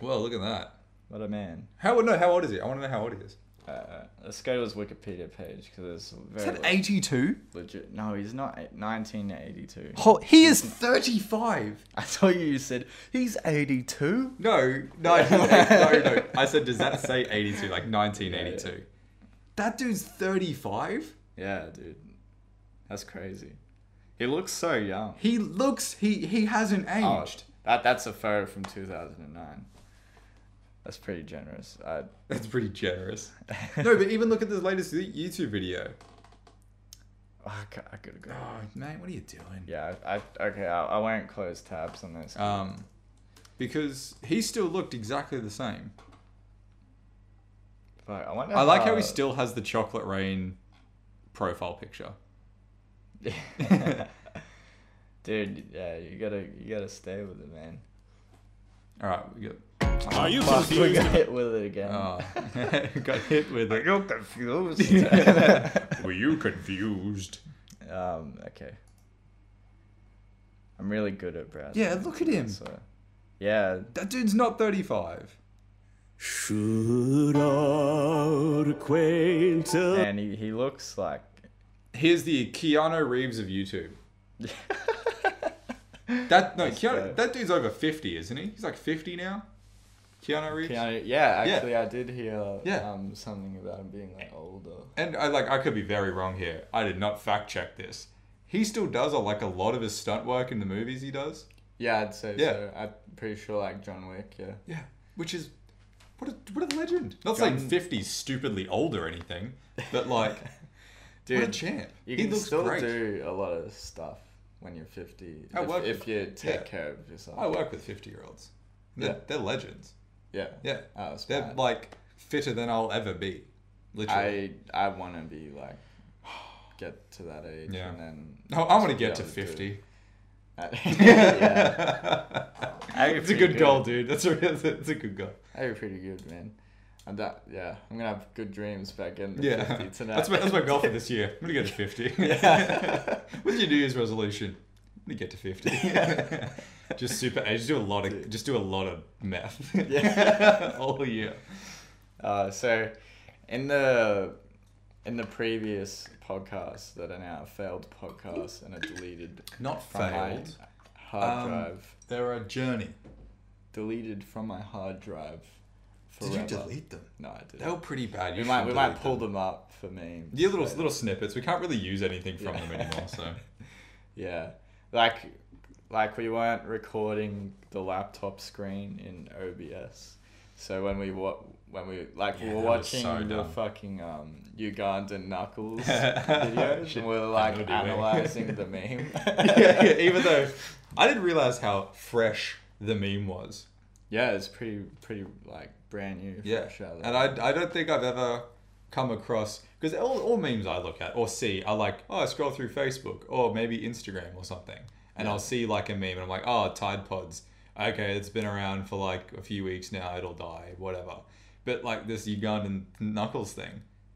Speaker 2: well, look at that.
Speaker 1: What a man.
Speaker 2: How old? No, how old is he? I want to know how old he is.
Speaker 1: Uh, let's go to his Wikipedia page because it's very
Speaker 2: Is
Speaker 1: le-
Speaker 2: that eighty two?
Speaker 1: legit. No, he's not. eight- 1982.
Speaker 2: He is thirty five.
Speaker 1: [laughs] I thought you said he's 82.
Speaker 2: No, no, no, no, no. I said, does that say 82, like 1982? That dude's 35?
Speaker 1: Yeah, dude. That's crazy. He looks so young.
Speaker 2: He looks, he he hasn't
Speaker 1: Oh,
Speaker 2: aged.
Speaker 1: that that's a photo from 2009. That's pretty generous. I, [laughs]
Speaker 2: That's pretty generous. no, but even look at this latest YouTube video.
Speaker 1: I, c- I could agree.
Speaker 2: Oh, man, what are you doing?
Speaker 1: Yeah, I, I okay. I, I won't close tabs on this.
Speaker 2: Um, because he still looked exactly the same.
Speaker 1: Fuck, I, wonder
Speaker 2: I like how he
Speaker 1: how-
Speaker 2: still has the chocolate rain profile picture.
Speaker 1: [laughs] Dude, yeah, you gotta you gotta stay with it, man.
Speaker 2: All right, we got,
Speaker 4: Are you
Speaker 1: Fuck, we
Speaker 4: confused?
Speaker 1: got hit with it again.
Speaker 2: oh, [laughs] got hit with it.
Speaker 1: You're [laughs] confused.
Speaker 4: Were you confused?
Speaker 1: um, okay. I'm really good at Brad.
Speaker 2: Yeah, look at him.
Speaker 1: So, yeah,
Speaker 2: That dude's not 35.
Speaker 4: Should our
Speaker 2: Uh.
Speaker 4: acquaintance?
Speaker 1: and he, he looks like
Speaker 2: Here's the Keanu Reeves of
Speaker 1: [laughs]
Speaker 2: YouTube. that no, Keanu,
Speaker 1: dope.
Speaker 2: that dude's over fifty, isn't he? He's like fifty now. Keanu Reeves.
Speaker 1: Keanu- yeah, actually, I did hear
Speaker 2: Yeah.
Speaker 1: um something about him being like older.
Speaker 2: And I like I could be very wrong here. I did not fact check this. He still does a, like a lot of his stunt work in the movies he does.
Speaker 1: Yeah, I'd say
Speaker 2: Yeah.
Speaker 1: so. I'm pretty sure like John Wick. Yeah.
Speaker 2: Yeah, which is what a what a legend. Not saying
Speaker 1: Gun-
Speaker 2: fifty's stupidly old or anything, but like
Speaker 1: [laughs] Dude,
Speaker 2: what a champ.
Speaker 1: You
Speaker 2: he
Speaker 1: can
Speaker 2: looks
Speaker 1: still
Speaker 2: great.
Speaker 1: do a lot of stuff when you're 50
Speaker 2: I
Speaker 1: if,
Speaker 2: work
Speaker 1: if
Speaker 2: with-
Speaker 1: you take
Speaker 2: yeah.
Speaker 1: care of yourself.
Speaker 2: I work with fifty year olds. They're,
Speaker 1: Yeah.
Speaker 2: they're legends.
Speaker 1: yeah.
Speaker 2: Yeah.
Speaker 1: Oh, that's
Speaker 2: They're
Speaker 1: bad.
Speaker 2: like fitter than I'll ever be. Literally.
Speaker 1: I I want to be like get to that age
Speaker 2: Yeah.
Speaker 1: and then.
Speaker 2: No, I want to
Speaker 1: be
Speaker 2: get to
Speaker 1: able do
Speaker 2: [laughs] 50.
Speaker 1: that. [laughs]
Speaker 2: [laughs]
Speaker 1: yeah, That'd be
Speaker 2: it's a
Speaker 1: pretty
Speaker 2: good goal, dude. That's a, that's a good goal.
Speaker 1: that'd be pretty good, man. I'm that. Yeah, I'm gonna have good dreams about getting to
Speaker 2: Yeah. [laughs]
Speaker 1: 50 tonight.
Speaker 2: That's my, that's my goal for this year. I'm going to
Speaker 1: [laughs]
Speaker 2: get to 50.
Speaker 1: Yeah.
Speaker 2: [laughs] What's your New Year's resolution? I'm going to get to
Speaker 1: [laughs]
Speaker 2: 50. just super age. Just do a lot of, just do a lot of math.
Speaker 1: Yeah.
Speaker 2: [laughs] All year.
Speaker 1: [laughs] Uh, so, in the in the previous podcast that are now failed podcasts and are deleted
Speaker 2: Not
Speaker 1: from
Speaker 2: failed.
Speaker 1: my hard
Speaker 2: Um,
Speaker 1: drive,
Speaker 2: They're a journey.
Speaker 1: deleted from my hard drive.
Speaker 2: Did
Speaker 1: Forever.
Speaker 2: you delete them?
Speaker 1: No, I didn't.
Speaker 2: They were pretty bad.
Speaker 1: we
Speaker 2: You
Speaker 1: might
Speaker 2: should
Speaker 1: we might
Speaker 2: delete
Speaker 1: pull
Speaker 2: them.
Speaker 1: them up for memes.
Speaker 2: Yeah, little
Speaker 1: but-
Speaker 2: little snippets. We can't really use anything from
Speaker 1: Yeah.
Speaker 2: them anymore. So
Speaker 1: Yeah, like like we weren't recording the laptop screen in OBS. So when we wa- when we like we
Speaker 2: Yeah,
Speaker 1: were
Speaker 2: that was
Speaker 1: watching
Speaker 2: so
Speaker 1: the
Speaker 2: dumb.
Speaker 1: fucking um Ugandan
Speaker 2: [laughs]
Speaker 1: knuckles videos,
Speaker 2: Shit,
Speaker 1: and we were
Speaker 2: I know,
Speaker 1: like
Speaker 2: didn't we?
Speaker 1: analyzing
Speaker 2: [laughs]
Speaker 1: the meme.
Speaker 2: yeah, yeah, even though I didn't realize how fresh the meme was.
Speaker 1: yeah, it's pretty pretty like brand new.
Speaker 2: Yeah,
Speaker 1: fresh out of the-
Speaker 2: and I, I don't think I've ever come across because all, all memes I look at or see are like oh I scroll through Facebook or maybe Instagram or something and I'll see like a meme and I'm like oh Tide Pods okay it's been around for like a few weeks now it'll die whatever but like this Ugandan knuckles thing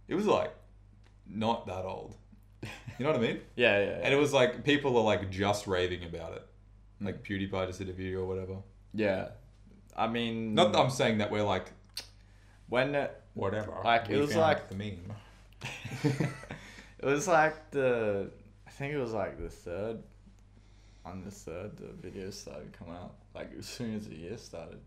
Speaker 2: it was like not that old you know what I mean
Speaker 1: yeah yeah yeah.
Speaker 2: and it was like people are like just raving about it like PewDiePie just did a video or whatever
Speaker 1: yeah. I mean,
Speaker 2: not that I'm saying that we're like
Speaker 1: when it,
Speaker 2: whatever
Speaker 1: Like, it
Speaker 2: we
Speaker 1: was
Speaker 2: found
Speaker 1: like-
Speaker 2: the meme.
Speaker 1: It was like the, I think it was like the third, on the third, the video started coming out. Like as soon as the year started.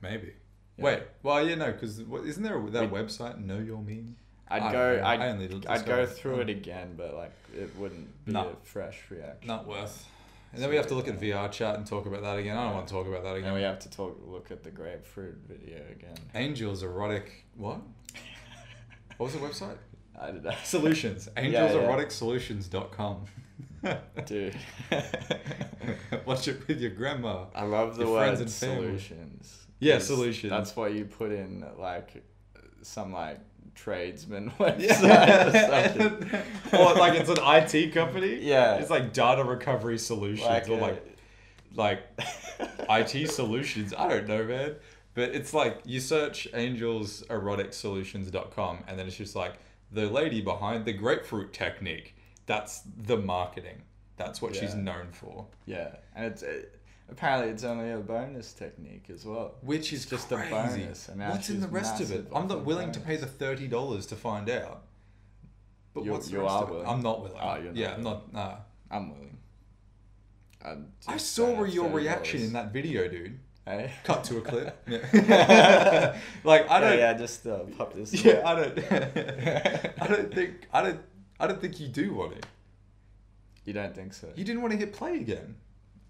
Speaker 2: Maybe.
Speaker 1: Yeah.
Speaker 2: Wait. Well, yeah, no, because isn't there a- that website Know Your Meme?
Speaker 1: I'd
Speaker 2: I don't
Speaker 1: go,
Speaker 2: know.
Speaker 1: I'd,
Speaker 2: I only did Oh.
Speaker 1: I'd go
Speaker 2: discover-
Speaker 1: through it again, but like it wouldn't be
Speaker 2: No.
Speaker 1: a fresh reaction.
Speaker 2: Not worth. And then we have to look at VR chat and talk about that again. I don't want to talk about that
Speaker 1: And then we
Speaker 2: again.
Speaker 1: have to talk, look at the grapefruit video again.
Speaker 2: Angels erotic what? [laughs] What was the website?
Speaker 1: I did [laughs] that.
Speaker 2: Solutions. Angelseroticsolutions.com.
Speaker 1: Dude.
Speaker 2: [laughs] Watch it with your grandma.
Speaker 1: I love the
Speaker 2: Your
Speaker 1: word
Speaker 2: friends and family.
Speaker 1: solutions.
Speaker 2: Yeah,
Speaker 1: 'cause
Speaker 2: solutions.
Speaker 1: That's what you put in like some like [laughs] tradesman website. or something.
Speaker 2: Yeah. [laughs] or like it's an IT company.
Speaker 1: Yeah.
Speaker 2: It's like data recovery
Speaker 1: [laughs]
Speaker 2: solutions
Speaker 1: Like,
Speaker 2: or
Speaker 1: uh,
Speaker 2: like like IT solutions. I don't know, man. But it's like you search angelseroticsolutions.com and then it's just like the lady behind the grapefruit technique. That's the marketing. That's what she's
Speaker 1: Yeah.
Speaker 2: known for.
Speaker 1: [laughs] Yeah, and it's it, apparently it's only a bonus technique as well.
Speaker 2: Which is
Speaker 1: Just
Speaker 2: just
Speaker 1: a
Speaker 2: crazy.
Speaker 1: bonus, and now
Speaker 2: What's in
Speaker 1: she's
Speaker 2: the rest of it?
Speaker 1: massive
Speaker 2: I'm
Speaker 1: off
Speaker 2: not
Speaker 1: the
Speaker 2: willing to pay
Speaker 1: bonus.
Speaker 2: the thirty dollars to find out. But
Speaker 1: You-
Speaker 2: what's the
Speaker 1: you
Speaker 2: rest
Speaker 1: are
Speaker 2: of it?
Speaker 1: willing.
Speaker 2: I'm not willing.
Speaker 1: Oh, you're not
Speaker 2: yeah, I'm
Speaker 1: willing.
Speaker 2: not nah.
Speaker 1: I'm willing. I'm
Speaker 2: I
Speaker 1: just
Speaker 2: saw
Speaker 1: saying
Speaker 2: where
Speaker 1: it's
Speaker 2: your
Speaker 1: $30.
Speaker 2: reaction in that video, dude. [laughs]
Speaker 1: Hey?
Speaker 2: Cut to a clip.
Speaker 1: [laughs]
Speaker 2: Yeah. [laughs] like I
Speaker 1: I
Speaker 2: don't.
Speaker 1: yeah, yeah, just uh, pop this.
Speaker 2: yeah, I don't. [laughs] I don't think. I don't. I don't think you do want it.
Speaker 1: You don't think so?
Speaker 2: You didn't want to hit play again.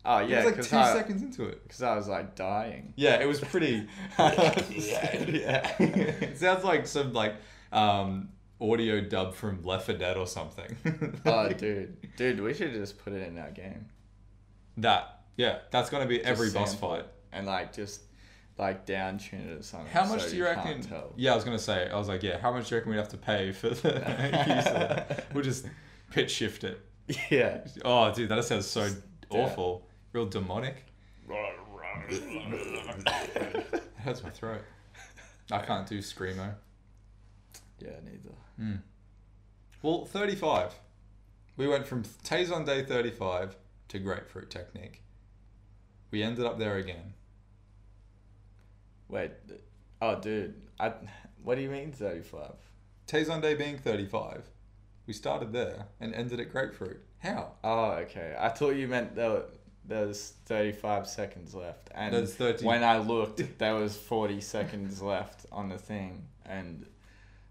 Speaker 1: oh
Speaker 2: It
Speaker 1: yeah,
Speaker 2: was like
Speaker 1: because
Speaker 2: two
Speaker 1: I,
Speaker 2: seconds into it.
Speaker 1: 'cause I was like dying.
Speaker 2: Yeah, it was
Speaker 1: [laughs]
Speaker 2: pretty. [laughs]
Speaker 1: Yeah.
Speaker 2: it [laughs] sounds like some like um, audio dub from Left 4 Dead or something. [laughs]
Speaker 1: Oh dude, dude, we should just put it in our game
Speaker 2: That yeah, that's gonna be every boss
Speaker 1: sample
Speaker 2: fight.
Speaker 1: and like just like down tune it or something.
Speaker 2: How much
Speaker 1: so
Speaker 2: do you
Speaker 1: can't
Speaker 2: reckon?
Speaker 1: Tell.
Speaker 2: Yeah, I was gonna say. I was like, yeah. How much do you reckon we'd have to pay for the use of that? We'll just pitch shift it.
Speaker 1: [laughs] Yeah.
Speaker 2: Oh, dude, that sounds so awful. Real demonic. It hurts my throat.
Speaker 1: [laughs]
Speaker 2: I can't do screamo.
Speaker 1: Yeah. Neither.
Speaker 2: Well, thirty-five. We went from Taze on day thirty-five to grapefruit technique. We ended up there again.
Speaker 1: Wait. th- Oh, dude. I. [laughs] What do you mean thirty-five?
Speaker 2: Taze on day being thirty-five. We started there and ended at grapefruit. How?
Speaker 1: Oh, okay. I thought you meant there. were- There was thirty-five seconds left, and
Speaker 2: There's 30.
Speaker 1: when I looked, there was forty [laughs] seconds left on the thing, and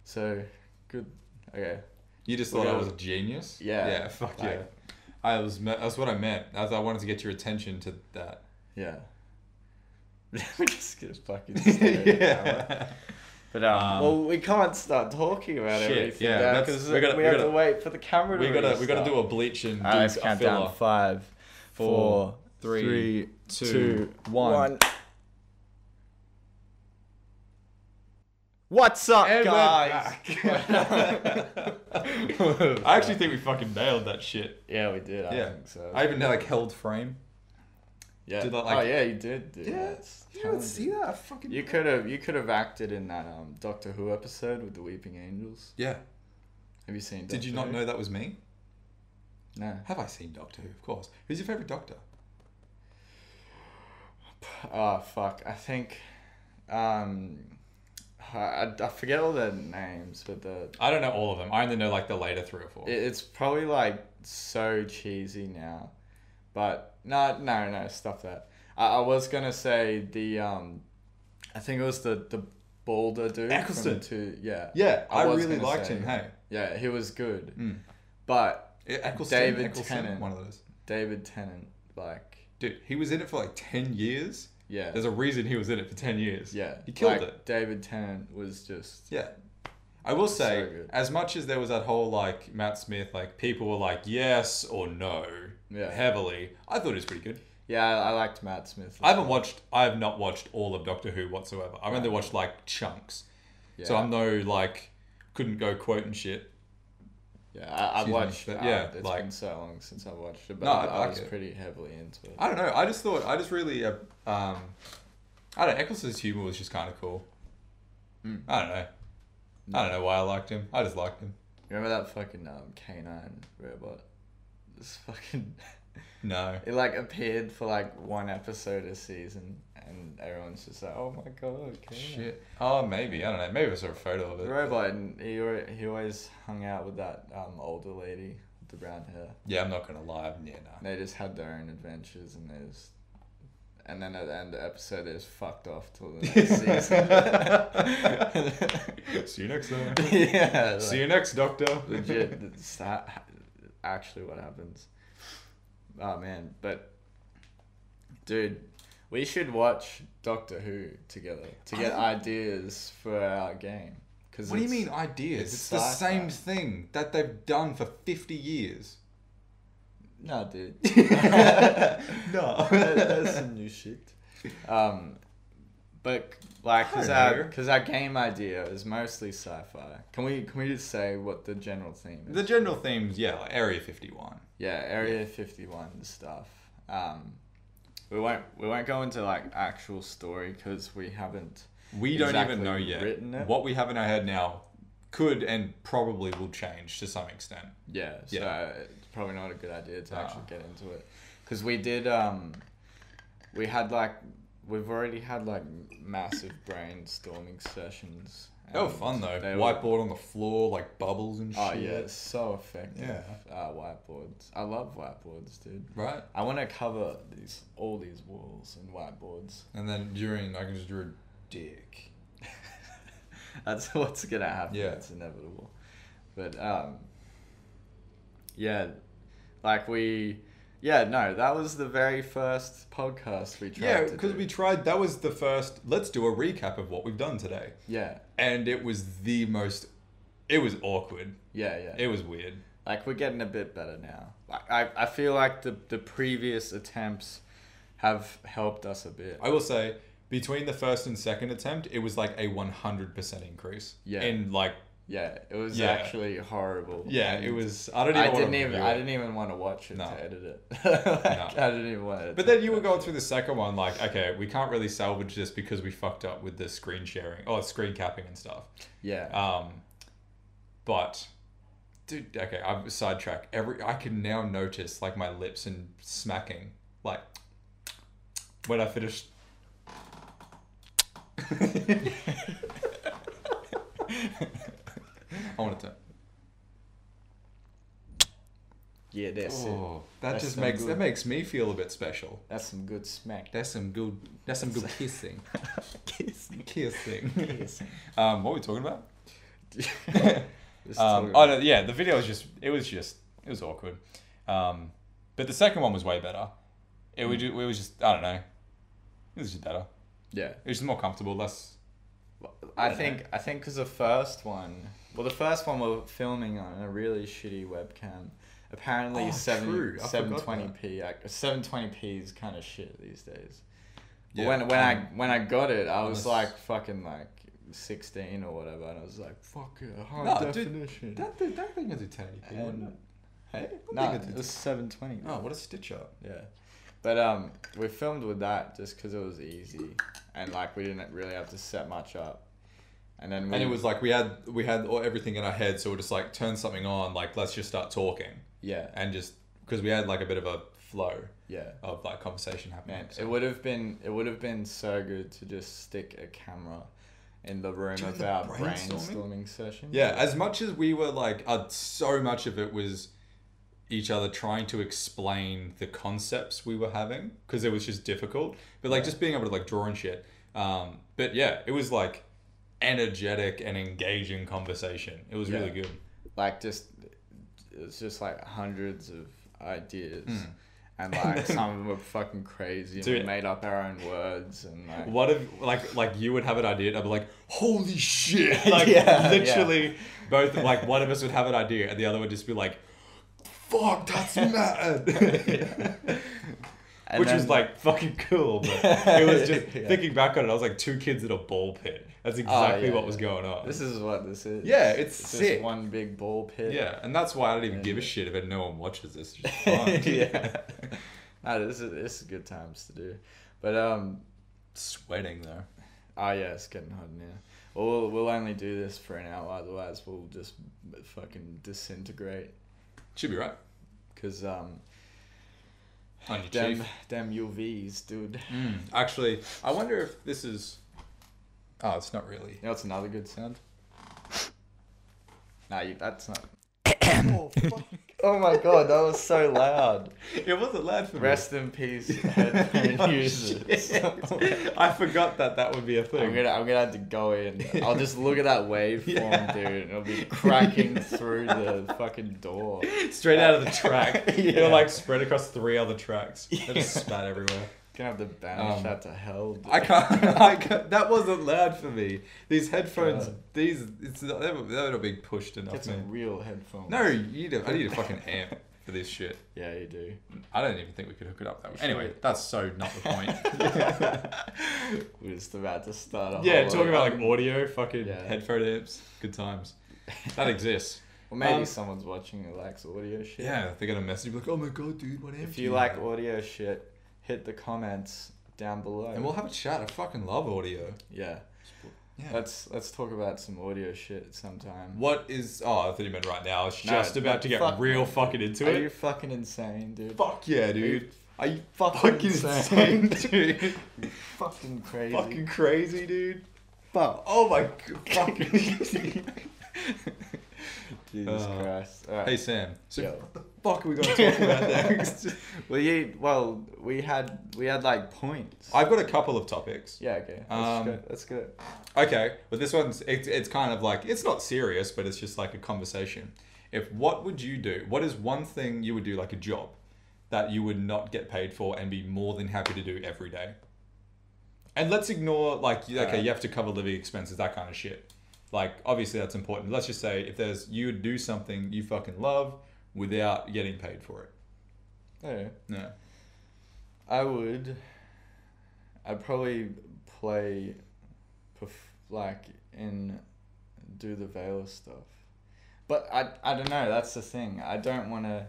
Speaker 1: so good. Okay.
Speaker 2: You just
Speaker 1: Well,
Speaker 2: thought I
Speaker 1: that
Speaker 2: was
Speaker 1: was-
Speaker 2: genius?
Speaker 1: yeah,
Speaker 2: Yeah, fuck
Speaker 1: like-
Speaker 2: yeah. I was me- that's what I meant. I, I wanted to get your attention to that.
Speaker 1: Yeah. [laughs] we just get
Speaker 2: [laughs]
Speaker 1: fucking. stared at now. But um,
Speaker 2: Um,
Speaker 1: well, we can't start talking about
Speaker 2: shit,
Speaker 1: everything
Speaker 2: yeah,
Speaker 1: now
Speaker 2: that's-
Speaker 1: because
Speaker 2: we
Speaker 1: we,
Speaker 2: gotta- we
Speaker 1: have
Speaker 2: gotta-
Speaker 1: to wait for the camera.
Speaker 2: we
Speaker 1: to
Speaker 2: gotta we gotta do a
Speaker 1: restart.
Speaker 2: bleach and do
Speaker 1: All right, let's
Speaker 2: a
Speaker 1: count
Speaker 2: filler.
Speaker 1: down. Five,
Speaker 2: Four,
Speaker 1: four,
Speaker 2: three,
Speaker 1: three,
Speaker 2: two,
Speaker 1: two,
Speaker 2: one.
Speaker 1: one.
Speaker 5: What's up,
Speaker 1: And we're
Speaker 5: guys?
Speaker 1: back.
Speaker 2: [laughs] I actually think we fucking nailed that shit.
Speaker 1: [laughs] yeah, we did. I
Speaker 2: yeah.
Speaker 1: think so.
Speaker 2: I even like held frame.
Speaker 1: yeah.
Speaker 2: did that,
Speaker 1: oh
Speaker 2: like-
Speaker 1: yeah, you did. Do that. Talented.
Speaker 2: that. I fucking
Speaker 1: You could have you could have acted in that um, Doctor Who episode with the Weeping Angels.
Speaker 2: Yeah.
Speaker 1: Have you seen?
Speaker 2: Did you not
Speaker 1: Doctor
Speaker 2: know that was me?
Speaker 1: Who? No.
Speaker 2: Have I seen Doctor Who? Of course. Who's your favorite Doctor?
Speaker 1: Oh fuck! I think, um, I, I- I forget all their names, but the
Speaker 2: I don't know all of them. I only know like the later three or four.
Speaker 1: it, it's probably like so cheesy now, but no, no, no, stop that. I, I was gonna say the um, I think it was the the balder dude.
Speaker 2: Eccleston.
Speaker 1: To yeah.
Speaker 2: yeah, Mm. I,
Speaker 1: was
Speaker 2: really
Speaker 1: gonna
Speaker 2: liked
Speaker 1: say-
Speaker 2: him. Hey,
Speaker 1: Yeah, he was good, but
Speaker 2: E- Eccleston, David
Speaker 1: David
Speaker 2: Eccleston,
Speaker 1: Tennant.
Speaker 2: one of those.
Speaker 1: David Tennant, like,
Speaker 2: Dude, he was in it for like ten years.
Speaker 1: yeah,
Speaker 2: There's a reason he was in it for ten years.
Speaker 1: yeah,
Speaker 2: he killed
Speaker 1: like,
Speaker 2: it.
Speaker 1: David Tennant was just
Speaker 2: Yeah. I will say,
Speaker 1: good.
Speaker 2: as much as there was that whole like Matt Smith, like people were like yes or no
Speaker 1: Yeah.
Speaker 2: heavily, I thought it was pretty good.
Speaker 1: yeah. I, I liked Matt Smith.
Speaker 2: I haven't watched, I have not watched all of Doctor Who whatsoever. I've only watched like chunks.
Speaker 1: yeah.
Speaker 2: So I'm no like, couldn't go quote and shit.
Speaker 1: Yeah, I, I
Speaker 2: Excuse me,
Speaker 1: watched.
Speaker 2: but
Speaker 1: uh,
Speaker 2: yeah,
Speaker 1: it's
Speaker 2: like-
Speaker 1: been so long since I watched it, but
Speaker 2: No,
Speaker 1: I,
Speaker 2: I
Speaker 1: I
Speaker 2: like
Speaker 1: was
Speaker 2: it.
Speaker 1: pretty heavily into it.
Speaker 2: I don't know. I just thought, I just really, uh, um, I don't know. Eccleston's humor was just kind of cool.
Speaker 1: Hmm.
Speaker 2: I don't know. I don't know why I liked him. I just liked him.
Speaker 1: Remember that fucking um, canine robot? This fucking [laughs]
Speaker 2: No.
Speaker 1: it like appeared for like one episode a season, and everyone's just like, "Oh my god, canine."
Speaker 2: Shit. Oh, maybe. I don't know. Maybe I saw a photo of
Speaker 1: The
Speaker 2: it.
Speaker 1: robot, and he al- he always hung out with that um, older lady with the brown hair.
Speaker 2: Yeah, I'm not gonna lie. Yeah, nah.
Speaker 1: [laughs] And they just had their own adventures, and there's, and then at the end of the episode, they just fucked off till
Speaker 2: [laughs]
Speaker 1: the next season. [laughs]
Speaker 2: See you next time.
Speaker 1: yeah. like-
Speaker 2: See you next, Doctor. [laughs]
Speaker 1: legit that's that actually what happens oh man but dude we should watch doctor who together to get ideas for our game because
Speaker 2: What do you mean ideas?
Speaker 1: it's
Speaker 2: It's the
Speaker 1: sci-fi.
Speaker 2: same thing that they've done for
Speaker 1: [laughs]
Speaker 2: 50 years.
Speaker 1: no dude
Speaker 2: [laughs] No.
Speaker 1: [laughs] That- that's some new shit um but like because
Speaker 2: don't
Speaker 1: our,
Speaker 2: know.
Speaker 1: 'cause our game idea is mostly sci-fi can we can we just say what the general theme is
Speaker 2: the general themes, yeah, like Area 51.
Speaker 1: Yeah, Area 51 stuff. Um, we won't we won't go into like actual story because we haven't.
Speaker 2: We don't even
Speaker 1: Exactly,
Speaker 2: know yet.
Speaker 1: written it.
Speaker 2: What we have in our head now could and probably will change to some extent.
Speaker 1: Yeah, so
Speaker 2: Yeah. Ah.
Speaker 1: it's probably not a good idea to
Speaker 2: Nah.
Speaker 1: actually get into it because we did. Um, we had like we've already had like massive brainstorming sessions.
Speaker 2: They were
Speaker 1: and
Speaker 2: fun though.
Speaker 1: they were-
Speaker 2: Whiteboard on the floor, like bubbles and shit.
Speaker 1: Oh yeah, it's so effective.
Speaker 2: Yeah.
Speaker 1: Uh, whiteboards. I love whiteboards, dude.
Speaker 2: Right?
Speaker 1: I want to cover these all these walls in whiteboards.
Speaker 2: And then during, I can just drew a dick.
Speaker 1: That's [laughs] what's gonna happen.
Speaker 2: Yeah.
Speaker 1: It's inevitable. But um yeah, like we yeah, no, that was the very first podcast we tried.
Speaker 2: Yeah,
Speaker 1: to
Speaker 2: because
Speaker 1: do.
Speaker 2: we tried, that was the first, let's do a recap of what we've done today.
Speaker 1: Yeah,
Speaker 2: and it was the most it was awkward
Speaker 1: yeah, yeah.
Speaker 2: it was weird
Speaker 1: like we're getting a bit better now. Like I, I feel like the the previous attempts have helped us a bit.
Speaker 2: i will say between the first and second attempt it was like a 100% increase
Speaker 1: Yeah.
Speaker 2: and like
Speaker 1: Yeah, it was
Speaker 2: Yeah.
Speaker 1: actually horrible.
Speaker 2: yeah it
Speaker 1: And
Speaker 2: was i don't even,
Speaker 1: I
Speaker 2: wanna
Speaker 1: didn't even
Speaker 2: review
Speaker 1: I
Speaker 2: it.
Speaker 1: didn't even want to watch it
Speaker 2: No.
Speaker 1: to edit it. [laughs] Like,
Speaker 2: No.
Speaker 1: I didn't even want to.
Speaker 2: but then you were going through the second one like okay we can't really salvage this because we fucked up with the screen sharing oh screen capping and stuff
Speaker 1: yeah.
Speaker 2: um but dude okay i'm sidetrack every i can now notice like my lips and smacking like when i finished I wanted to.
Speaker 1: yeah, that's it.
Speaker 2: Oh, that
Speaker 1: That's
Speaker 2: just
Speaker 1: so
Speaker 2: makes
Speaker 1: good.
Speaker 2: that makes me feel a bit special.
Speaker 1: That's some good smack.
Speaker 2: [laughs] That's some good. That's some
Speaker 1: [laughs]
Speaker 2: good kissing.
Speaker 1: Kissing.
Speaker 2: kissing. [laughs]
Speaker 1: [laughs]
Speaker 2: um, what were we talking about?
Speaker 1: Just
Speaker 2: Um,
Speaker 1: talking
Speaker 2: oh
Speaker 1: about-
Speaker 2: no, yeah, the video was just it was just it was awkward, um, but the second one was way better. It was just, it was just I don't know, it was just better.
Speaker 1: yeah,
Speaker 2: It was just more comfortable, less
Speaker 1: I think I think because the first one, well, the first one we we're filming on a really shitty webcam. Apparently,
Speaker 2: Oh, true.
Speaker 1: seven
Speaker 2: I forgot
Speaker 1: seven twenty p seven twenty p is kind of shit these days. But
Speaker 2: Yeah,
Speaker 1: when when I
Speaker 2: um,
Speaker 1: when I got it, I was
Speaker 2: unless-
Speaker 1: like fucking like sixteen or whatever, and I was like, "Fuck it, high
Speaker 2: No, dude,
Speaker 1: definition."
Speaker 2: That thing, that thing is a 1080p, wasn't it?
Speaker 1: and, hey,
Speaker 2: I
Speaker 1: no,
Speaker 2: think it's-
Speaker 1: it was seven twenty.
Speaker 2: Oh, what a stitch up.
Speaker 1: Yeah, but um, we filmed with that just because it was easy, and like we didn't really have to set much up, and then we,
Speaker 2: And it was like we had we had all, everything in our head, so we're just like turn something on, like let's just start talking,
Speaker 1: yeah,
Speaker 2: and just because we had like a bit of a flow
Speaker 1: yeah.
Speaker 2: of like conversation happening.
Speaker 1: Man,
Speaker 2: so-
Speaker 1: it would have been it would have been so good to just stick a camera in the room
Speaker 2: During
Speaker 1: of
Speaker 2: the
Speaker 1: our
Speaker 2: brainstorming?
Speaker 1: brainstorming session.
Speaker 2: Yeah, as much as we were like, uh, so much of it was each other trying to explain the concepts we were having because it was just difficult. But like just being able to like draw and shit. Um, but yeah, it was like energetic and engaging conversation. It was really
Speaker 1: Yeah.
Speaker 2: good.
Speaker 1: like just it's just like hundreds of ideas. And
Speaker 2: [laughs]
Speaker 1: like some of them were fucking crazy, and we
Speaker 2: Hmm. Dude.
Speaker 1: made up our own words, and like
Speaker 2: What if like like you would have an idea? and I'd be like, holy
Speaker 1: [laughs]
Speaker 2: shit! Like
Speaker 1: Yeah,
Speaker 2: literally, both like one of us would have an idea, and the other would just be like, fuck, that's
Speaker 1: [laughs]
Speaker 2: mad.
Speaker 1: and
Speaker 2: Which
Speaker 1: then-
Speaker 2: was like fucking
Speaker 1: [laughs]
Speaker 2: cool, but it was just
Speaker 1: Yeah. Oh,
Speaker 2: thinking back on it, I was like two kids in a ball pit. That's exactly
Speaker 1: yeah,
Speaker 2: what was
Speaker 1: yeah.
Speaker 2: going on.
Speaker 1: this is what this is.
Speaker 2: Yeah, it's
Speaker 1: just
Speaker 2: sick.
Speaker 1: one big ball pit.
Speaker 2: yeah, and that's why I don't even
Speaker 1: Yeah,
Speaker 2: give a
Speaker 1: yeah.
Speaker 2: shit if no one watches this. It's just
Speaker 1: [laughs]
Speaker 2: [laughs] fun.
Speaker 1: yeah. No, this is this is good times to do, but um,
Speaker 2: Sweating though.
Speaker 1: Oh yeah, it's getting hot in here. We'll we'll only do this for an hour, otherwise we'll just fucking disintegrate.
Speaker 2: Should be right.
Speaker 1: Cause um,
Speaker 2: On your
Speaker 1: damn
Speaker 2: chief. Mm.
Speaker 1: damn UVs, dude. You
Speaker 2: Actually, I wonder if this is Oh, it's
Speaker 1: [laughs]
Speaker 2: not really.
Speaker 1: know what's another good sound? Nah, you, that's
Speaker 2: [coughs]
Speaker 1: not. oh, fuck. Oh my god, that was so
Speaker 2: [laughs]
Speaker 1: loud.
Speaker 2: It wasn't loud for [laughs]
Speaker 1: Rest in peace,
Speaker 2: me.
Speaker 1: headphone
Speaker 2: Oh,
Speaker 1: users.
Speaker 2: shit. [laughs]
Speaker 1: [laughs]
Speaker 2: I forgot that that would be a thing.
Speaker 1: I'm gonna, I'm gonna have to go in. I'll just look at that waveform,
Speaker 2: [laughs] Yeah.
Speaker 1: dude, and it'll be cracking through the fucking door.
Speaker 2: Straight
Speaker 1: [laughs]
Speaker 2: out of the track.
Speaker 1: Yeah.
Speaker 2: It'll like spread across three other tracks. It just spat everywhere.
Speaker 1: Gonna have to banish
Speaker 2: Um,
Speaker 1: that to hell. Dude.
Speaker 2: I can't, [laughs] I can't. That wasn't loud for me. These headphones.
Speaker 1: God.
Speaker 2: These. It's not. They're, they're not being pushed
Speaker 1: [laughs]
Speaker 2: enough.
Speaker 1: Uh, Get
Speaker 2: Man.
Speaker 1: some real headphones.
Speaker 2: No, you do. I need a fucking amp for this shit.
Speaker 1: Yeah, you do.
Speaker 2: I don't even think we could hook it up that way. Anyway, that's so not the
Speaker 1: [laughs]
Speaker 2: point.
Speaker 1: We're just about to start. A
Speaker 2: [laughs] yeah,
Speaker 1: whole
Speaker 2: talking
Speaker 1: lot-
Speaker 2: about like audio, fucking
Speaker 1: Yeah.
Speaker 2: headphone amps. Good times. That exists.
Speaker 1: Well, maybe
Speaker 2: um,
Speaker 1: someone's watching who likes audio shit.
Speaker 2: Yeah, they got a message like, "Oh my god, dude, what amp?"
Speaker 1: If
Speaker 2: do
Speaker 1: you like
Speaker 2: have?"
Speaker 1: audio shit, hit the comments down below.
Speaker 2: and we'll have a chat. I fucking love audio.
Speaker 1: yeah.
Speaker 2: Yeah.
Speaker 1: Let's let's talk about some audio shit sometime.
Speaker 2: What is? Oh, I thought you meant right now. It's
Speaker 1: No,
Speaker 2: just about to get
Speaker 1: fuck.
Speaker 2: real fucking into
Speaker 1: Are
Speaker 2: it.
Speaker 1: you fucking insane, dude?
Speaker 2: Fuck yeah, dude. Are you fucking,
Speaker 1: insane?
Speaker 2: insane, dude?
Speaker 1: [laughs] Fucking crazy. [laughs]
Speaker 2: fucking crazy, dude.
Speaker 1: fuck.
Speaker 2: Oh my god. [laughs] Fucking.
Speaker 1: Jesus
Speaker 2: Uh,
Speaker 1: Christ. All right.
Speaker 2: hey Sam. So
Speaker 1: Yo.
Speaker 2: what the fuck are we gonna talk about [laughs] next?
Speaker 1: well, you well we had we had like points.
Speaker 2: I've got a couple of topics.
Speaker 1: yeah. Okay. Let's
Speaker 2: Um,
Speaker 1: go. Let's go.
Speaker 2: Okay, but this one's it's, it's kind of like it's not serious, but it's just like a conversation. If what would you do? What is one thing you would do, like a job, that you would not get paid for and be more than happy to do every day? And let's ignore like you- okay,
Speaker 1: Alright.
Speaker 2: you have to cover living expenses, that kind of shit. Like obviously that's important. Let's just say if there's you would do something you fucking love without getting paid for it.
Speaker 1: Anyway.
Speaker 2: No.
Speaker 1: I would. I'd probably play, perf- like in, do the Veiler stuff, but I I don't know. That's the thing. I don't want to.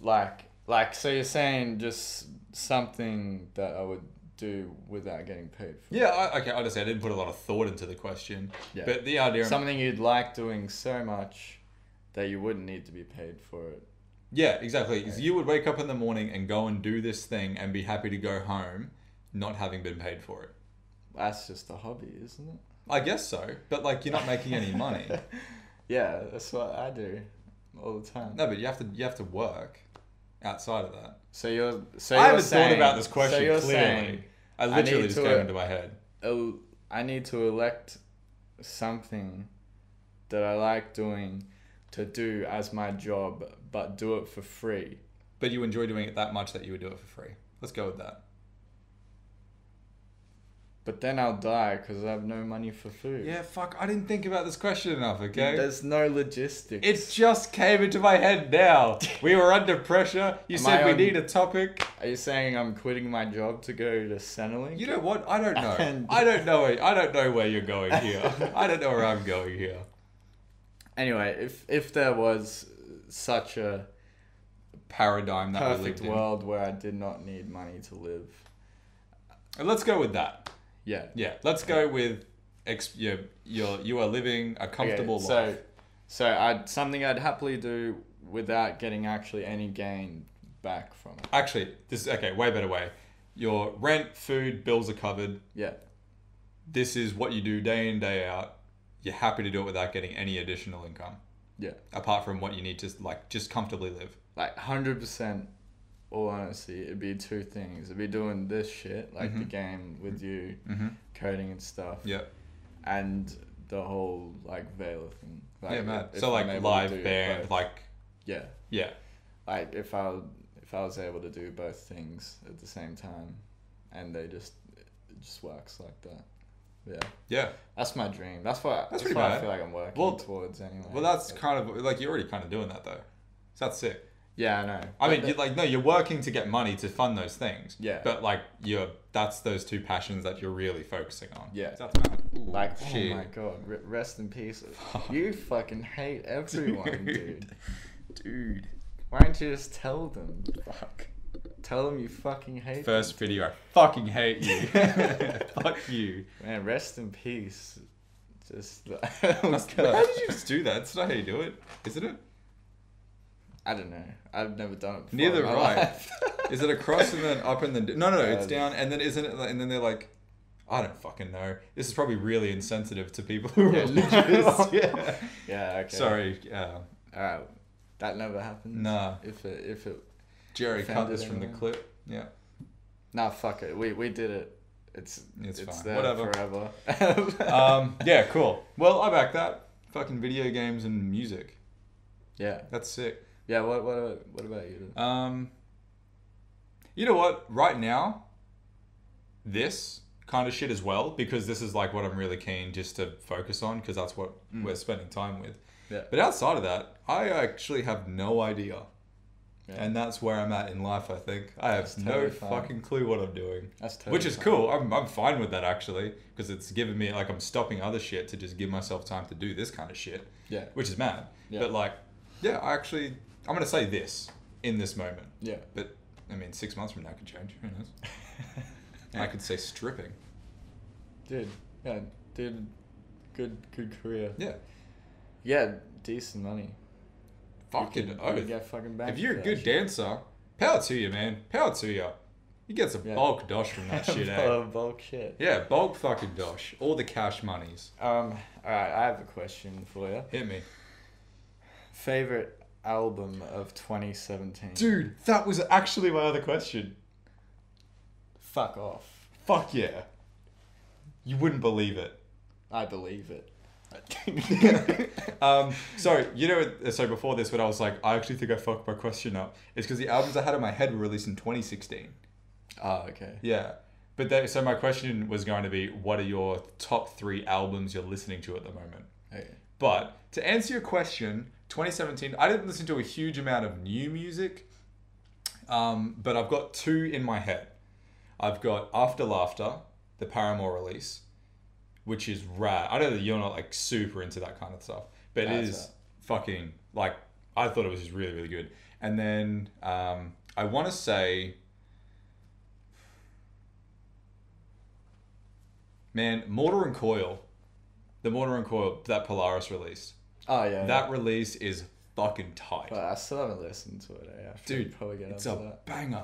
Speaker 1: Like like so you're saying just something that I would do without getting paid for.
Speaker 2: Yeah, I, okay. Honestly, I didn't put a lot of thought into the question,
Speaker 1: Yeah.
Speaker 2: but the idea.
Speaker 1: Something you'd like doing so much, that you wouldn't need to be paid for it.
Speaker 2: Yeah, exactly. 'Cause You would wake up in the morning and go and do this thing and be happy to go home, not having been paid for it.
Speaker 1: That's just a hobby, isn't it?
Speaker 2: I guess so, but like you're not making any [laughs] money.
Speaker 1: Yeah, that's what I do, all the time.
Speaker 2: No, but you have to you have to work outside of that.
Speaker 1: So you're. So
Speaker 2: I
Speaker 1: you're
Speaker 2: haven't
Speaker 1: saying,
Speaker 2: thought about this question
Speaker 1: so you're
Speaker 2: clearly.
Speaker 1: Saying,
Speaker 2: I
Speaker 1: need
Speaker 2: literally just
Speaker 1: to,
Speaker 2: came
Speaker 1: uh,
Speaker 2: into my head.
Speaker 1: oh, I need to elect something that I like doing to do as my job, but do it for free.
Speaker 2: But you enjoy doing it that much that you would do it for free. Let's go with that.
Speaker 1: but then I'll die because I have no money for food.
Speaker 2: Yeah, fuck, I didn't think about this question enough, okay?
Speaker 1: There's no logistics.
Speaker 2: It just came into my head [laughs] now. We were under pressure. You
Speaker 1: Am
Speaker 2: said
Speaker 1: I
Speaker 2: we
Speaker 1: on-
Speaker 2: need a topic.
Speaker 1: Are you saying I'm quitting my job to go to Centrelink?
Speaker 2: You know what? I don't know.
Speaker 1: And-
Speaker 2: I don't know. I don't know where you're going here. I don't know where I'm going here.
Speaker 1: anyway, if if there was such a
Speaker 2: Paradigm that we
Speaker 1: perfect
Speaker 2: lived in.
Speaker 1: world where I did not need money to live,
Speaker 2: And Let's go with that.
Speaker 1: yeah,
Speaker 2: Yeah. Let's go with ex- your, your, you are living a
Speaker 1: Okay,
Speaker 2: comfortable
Speaker 1: so
Speaker 2: life.
Speaker 1: so I'd something I'd happily do without getting actually any gain back from it.
Speaker 2: Actually, this is okay. Way better way. Your rent, food, bills are covered.
Speaker 1: Yeah,
Speaker 2: This is what you do day in day out. You're happy to do it without getting any additional income
Speaker 1: yeah,
Speaker 2: apart from what you need to like just comfortably live.
Speaker 1: like hundred percent. All honesty, it'd be two things. It'd be doing this shit, like the game with you, coding and stuff,
Speaker 2: Mm-hmm. Yeah.
Speaker 1: and the whole like Veiler thing. Like,
Speaker 2: yeah, man.
Speaker 1: if
Speaker 2: So
Speaker 1: I'm
Speaker 2: like
Speaker 1: able to do
Speaker 2: live band,
Speaker 1: both.
Speaker 2: like
Speaker 1: yeah,
Speaker 2: yeah.
Speaker 1: like if I if I was able to do both things at the same time, and they just it just works like that. Yeah,
Speaker 2: Yeah.
Speaker 1: that's my dream. That's what that's,
Speaker 2: pretty
Speaker 1: what
Speaker 2: bad.
Speaker 1: I feel like I'm working
Speaker 2: Well-
Speaker 1: towards anyway.
Speaker 2: Well, that's kind of like you're already kind of doing that though. So that's sick.
Speaker 1: yeah, I know.
Speaker 2: I
Speaker 1: But
Speaker 2: mean,
Speaker 1: the-
Speaker 2: you're like no, you're working to get money to fund those things.
Speaker 1: Yeah.
Speaker 2: But like you're that's those two passions that you're really focusing on.
Speaker 1: Yeah.
Speaker 2: So that's mad. Ooh,
Speaker 1: like
Speaker 2: shit.
Speaker 1: oh my god, re- rest in
Speaker 2: [laughs]
Speaker 1: peace. You fucking hate everyone, dude.
Speaker 2: Dude.
Speaker 1: Why don't you just tell them?
Speaker 2: Fuck.
Speaker 1: Tell them you fucking hate.
Speaker 2: First video, I fucking hate
Speaker 1: [laughs]
Speaker 2: you. Fuck you.
Speaker 1: them. man, rest in peace. Just [laughs] the-
Speaker 2: How did you just do that? That's not how you do it, isn't it?
Speaker 1: I don't know. I've never done it. Before
Speaker 2: Neither
Speaker 1: in my
Speaker 2: have I.
Speaker 1: life.
Speaker 2: [laughs] Is
Speaker 1: [laughs]
Speaker 2: it across and then up and then d- no no no it's
Speaker 1: Um,
Speaker 2: down and then isn't it like, and then they're like I don't fucking know. This is probably really insensitive to people who are
Speaker 1: Yeah,
Speaker 2: [laughs]
Speaker 1: no. [laughs]
Speaker 2: religious. yeah.
Speaker 1: yeah. Okay.
Speaker 2: Sorry, uh,
Speaker 1: All right. That never happens.
Speaker 2: Nah.
Speaker 1: If it, if it,
Speaker 2: Jerry, cut
Speaker 1: Offended
Speaker 2: this from the
Speaker 1: anyone?
Speaker 2: clip. Yeah.
Speaker 1: nah, fuck it. We we did it. It's
Speaker 2: It's
Speaker 1: it's,
Speaker 2: fine.
Speaker 1: there
Speaker 2: Whatever.
Speaker 1: forever. [laughs]
Speaker 2: Um, yeah, cool. Well, I back that. Fucking video games and music.
Speaker 1: yeah.
Speaker 2: That's sick.
Speaker 1: Yeah. What what what about you?
Speaker 2: Um, you know what? Right now, this kind of shit as well because this is like what I'm really keen just to focus on because that's what
Speaker 1: Mm.
Speaker 2: we're spending time with.
Speaker 1: Yeah.
Speaker 2: But outside of that, I actually have no idea.
Speaker 1: Yeah.
Speaker 2: And that's where I'm at in life, I think. I have
Speaker 1: That's
Speaker 2: no
Speaker 1: totally fine.
Speaker 2: fucking clue what I'm doing.
Speaker 1: That's totally
Speaker 2: Which is
Speaker 1: fine.
Speaker 2: cool. I'm, I'm fine with that actually because it's given me, like, I'm stopping other shit to just give myself time to do this kind of shit.
Speaker 1: Yeah.
Speaker 2: Which is mad.
Speaker 1: Yeah.
Speaker 2: But, like, yeah, I actually, I'm going to say this in this moment.
Speaker 1: Yeah.
Speaker 2: But, I mean, six months from now could change.
Speaker 1: [laughs]
Speaker 2: Who knows? I could say stripping.
Speaker 1: Dude. Yeah. Dude. Good good career.
Speaker 2: Yeah.
Speaker 1: Yeah. Decent money.
Speaker 2: Fucking
Speaker 1: You
Speaker 2: oath.
Speaker 1: get fucking back.
Speaker 2: If you're
Speaker 1: for
Speaker 2: a
Speaker 1: that [laughs]
Speaker 2: good
Speaker 1: shit.
Speaker 2: dancer, power to you, man. Power to you. You get some
Speaker 1: Yeah.
Speaker 2: bulk dosh from
Speaker 1: [laughs]
Speaker 2: that shit, eh?
Speaker 1: Oh, bulk shit.
Speaker 2: Yeah, bulk fucking dosh. All the cash monies.
Speaker 1: Um. All right. I have a question for you.
Speaker 2: Hit me.
Speaker 1: Favorite album of 2017.
Speaker 2: Dude, that was actually my other question.
Speaker 1: Fuck off.
Speaker 2: Fuck yeah. You wouldn't believe it.
Speaker 1: I believe
Speaker 2: [laughs]
Speaker 1: it. [laughs]
Speaker 2: Um, sorry, you know, so before this, when I was like, I actually think I fucked my question up, it's because the albums I had in my head were released in 2016.
Speaker 1: oh, okay.
Speaker 2: Yeah. But that, so my question was going to be, what are your top three albums you're listening to at the moment?
Speaker 1: Okay.
Speaker 2: But to answer your question, 2017, I didn't listen to a huge amount of new music, um, but I've got two in my head. I've got After Laughter, the Paramore release, which is rad. I know that you're not like super into that kind of stuff, but it
Speaker 1: That's
Speaker 2: is
Speaker 1: right.
Speaker 2: fucking like I thought it was just really really good. And then um, I want to say, man, Mortar and Coil, the Mortar and Coil that Polaris released.
Speaker 1: Oh yeah. yeah.
Speaker 2: That release is fucking tight.
Speaker 1: But I still haven't listened to it. Eh? I should
Speaker 2: Dude,
Speaker 1: probably get
Speaker 2: it's
Speaker 1: up
Speaker 2: a
Speaker 1: to that.
Speaker 2: banger.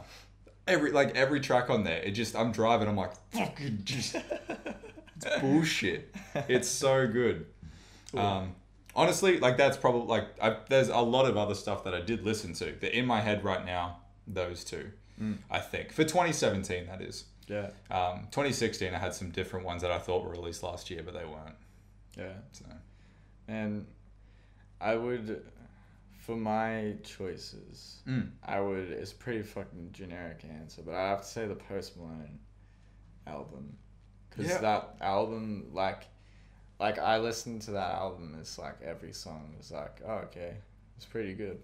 Speaker 2: Every like every track on there, it just I'm driving, I'm like fucking
Speaker 1: [laughs]
Speaker 2: just it's bullshit. It's so good. Um, honestly, like that's probably like I, there's a lot of other stuff that I did listen to, but in my head right now, those two,
Speaker 1: Mm.
Speaker 2: I think for 2017 that is.
Speaker 1: Yeah,
Speaker 2: Um, 2016 I had some different ones that I thought were released last year, but they weren't.
Speaker 1: yeah.
Speaker 2: So
Speaker 1: And I would, for my choices,
Speaker 2: Mm.
Speaker 1: I would. It's a pretty fucking generic answer, but I have to say the Post Malone album because
Speaker 6: Yeah.
Speaker 1: that album, like, like I listened to that album. It's like every song was like, oh, okay, it's pretty good,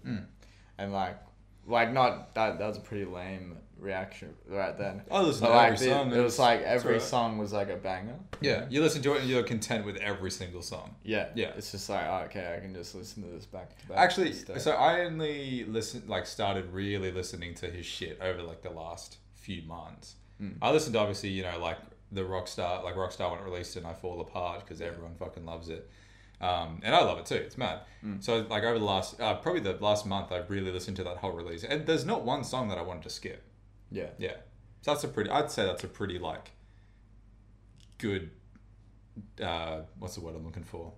Speaker 1: and like, like not that that was a pretty lame reaction right then.
Speaker 6: I listened
Speaker 1: But
Speaker 6: to
Speaker 1: like
Speaker 6: every
Speaker 1: the-
Speaker 6: song.
Speaker 1: it was like every
Speaker 6: right.
Speaker 1: song was like a banger.
Speaker 2: Yeah, you listen to it and you're content with every single song.
Speaker 1: Yeah,
Speaker 2: Yeah.
Speaker 1: It's just like oh, okay, I can just listen to this back to back.
Speaker 2: Actually,
Speaker 1: instead.
Speaker 2: so I only listen like started really listening to his shit over like the last few months. I listened to obviously you know like the Rockstar like Rockstar when it released and I Fall Apart because everyone fucking loves it, um, and I love it too. It's mad. So like over the last uh, probably the last month I've really listened to that whole release and there's not one song that I wanted to skip.
Speaker 1: yeah,
Speaker 2: Yeah, so that's a pretty. I'd say that's a pretty like good. Uh, what's the word I'm looking for?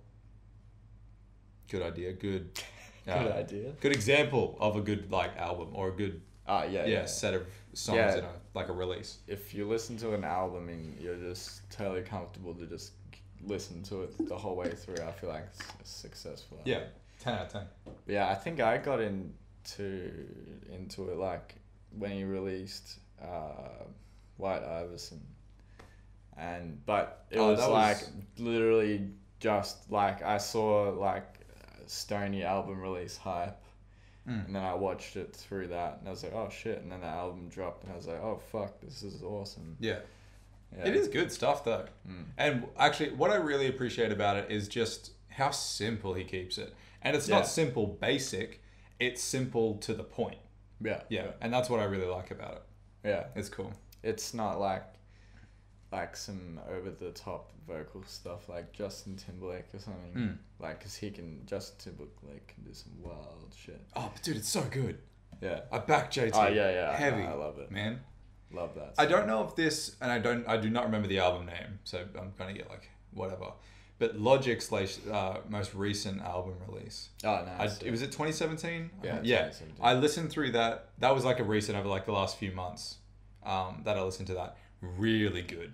Speaker 2: Good idea. Good.
Speaker 1: [laughs] good
Speaker 2: uh,
Speaker 1: idea.
Speaker 2: Good example of a good like album or a good
Speaker 1: Ah, yeah,
Speaker 2: yeah, set of songs
Speaker 1: Yeah.
Speaker 2: in a like a release.
Speaker 1: if you listen to an album and you're just totally comfortable to just listen to it the whole way through, I feel like it's a successful. album.
Speaker 2: Yeah, ten out of ten.
Speaker 1: Yeah, I think I got into into it like when he released uh, White Iverson, and but it
Speaker 2: Oh,
Speaker 1: was
Speaker 2: that
Speaker 1: like
Speaker 2: was-
Speaker 1: literally just like I saw like Stony album release hype,
Speaker 2: Hmm.
Speaker 1: and then I watched it through that, and I was like, oh shit! And then the album dropped, and I was like, oh fuck, this is awesome.
Speaker 2: Yeah.
Speaker 1: Yeah. Mm.
Speaker 2: It is good stuff though. And actually what I really appreciate about it is just how simple he keeps it. And it's
Speaker 1: Yeah.
Speaker 2: not simple basic, it's simple to the point.
Speaker 1: Yeah.
Speaker 2: Yeah. And that's what I really like about it.
Speaker 1: Yeah.
Speaker 2: It's cool.
Speaker 1: It's not like like some over the top vocal stuff like Justin Timberlake or something.
Speaker 2: Hmm.
Speaker 1: Like 'cause he can Justin Timberlake can do some wild shit.
Speaker 2: Oh, but dude, it's so good.
Speaker 1: Yeah.
Speaker 2: I back JT.
Speaker 1: Oh, yeah, yeah, I-
Speaker 2: Heavy.
Speaker 1: I love it.
Speaker 2: Man.
Speaker 1: Love that.
Speaker 2: I don't know if this, and I don't, I do not remember the album name, so I'm gonna get like whatever. But Logic's like, uh, most recent album release,
Speaker 1: Oh no.
Speaker 2: I, it was it 2017.
Speaker 1: Yeah,
Speaker 2: yeah.
Speaker 1: 2017.
Speaker 2: I listened through that. That was like a recent over like the last few months. Um, that I listened to that really good.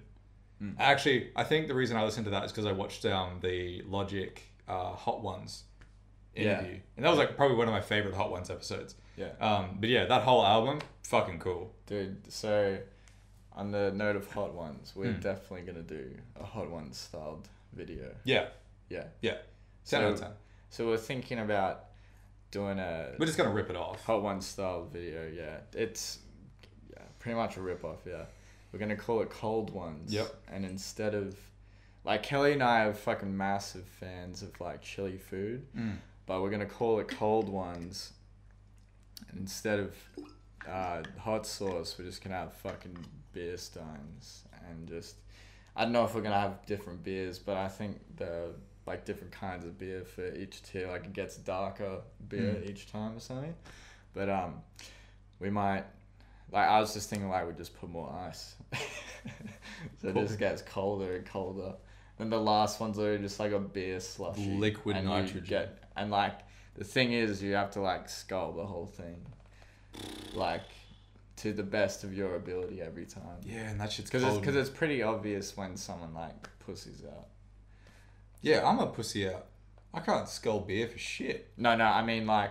Speaker 1: Mm.
Speaker 2: Actually, I think the reason I listened to that is because I watched um the Logic uh, Hot Ones
Speaker 1: Yeah.
Speaker 2: interview, and that was like probably one of my favorite Hot Ones episodes.
Speaker 1: Yeah.
Speaker 2: Um, but yeah, that whole album, fucking cool.
Speaker 1: Dude, so on the note of hot ones,
Speaker 2: Hmm.
Speaker 1: we're definitely gonna do a hot ones styled video.
Speaker 2: Yeah.
Speaker 1: Yeah.
Speaker 2: Yeah. 10 out of
Speaker 1: So-
Speaker 2: 10.
Speaker 1: So we're thinking about doing a
Speaker 2: We're just going to rip it off.
Speaker 1: Hot One style video, yeah. It's yeah, pretty much a rip off, yeah. We're gonna call it Cold Ones.
Speaker 2: Yep.
Speaker 1: And instead of like Kelly and I are fucking massive fans of like chili food, but we're gonna call it Cold Ones. And Instead of uh, hot sauce, we're just gonna have fucking beer steins and just I don't know if we're gonna have different beers, but I think the like different kinds of beer for each tier, like it gets darker beer
Speaker 2: Mm.
Speaker 1: each time or something. But um, we might like I was just thinking like we just put more ice, [laughs] so it just gets colder and colder. Then the last one's are just like a beer slushy,
Speaker 2: Liquid
Speaker 1: and you
Speaker 2: nitrogen.
Speaker 1: get- and like the thing is, you have to like scull the whole thing, like to the best of your ability every time.
Speaker 2: Yeah, and that shit's
Speaker 1: Because it's,
Speaker 2: cold.
Speaker 1: cause it's pretty obvious when someone like pussies out.
Speaker 2: yeah, I'm a pussy out. I can't skull beer for shit.
Speaker 1: No, no, I mean like,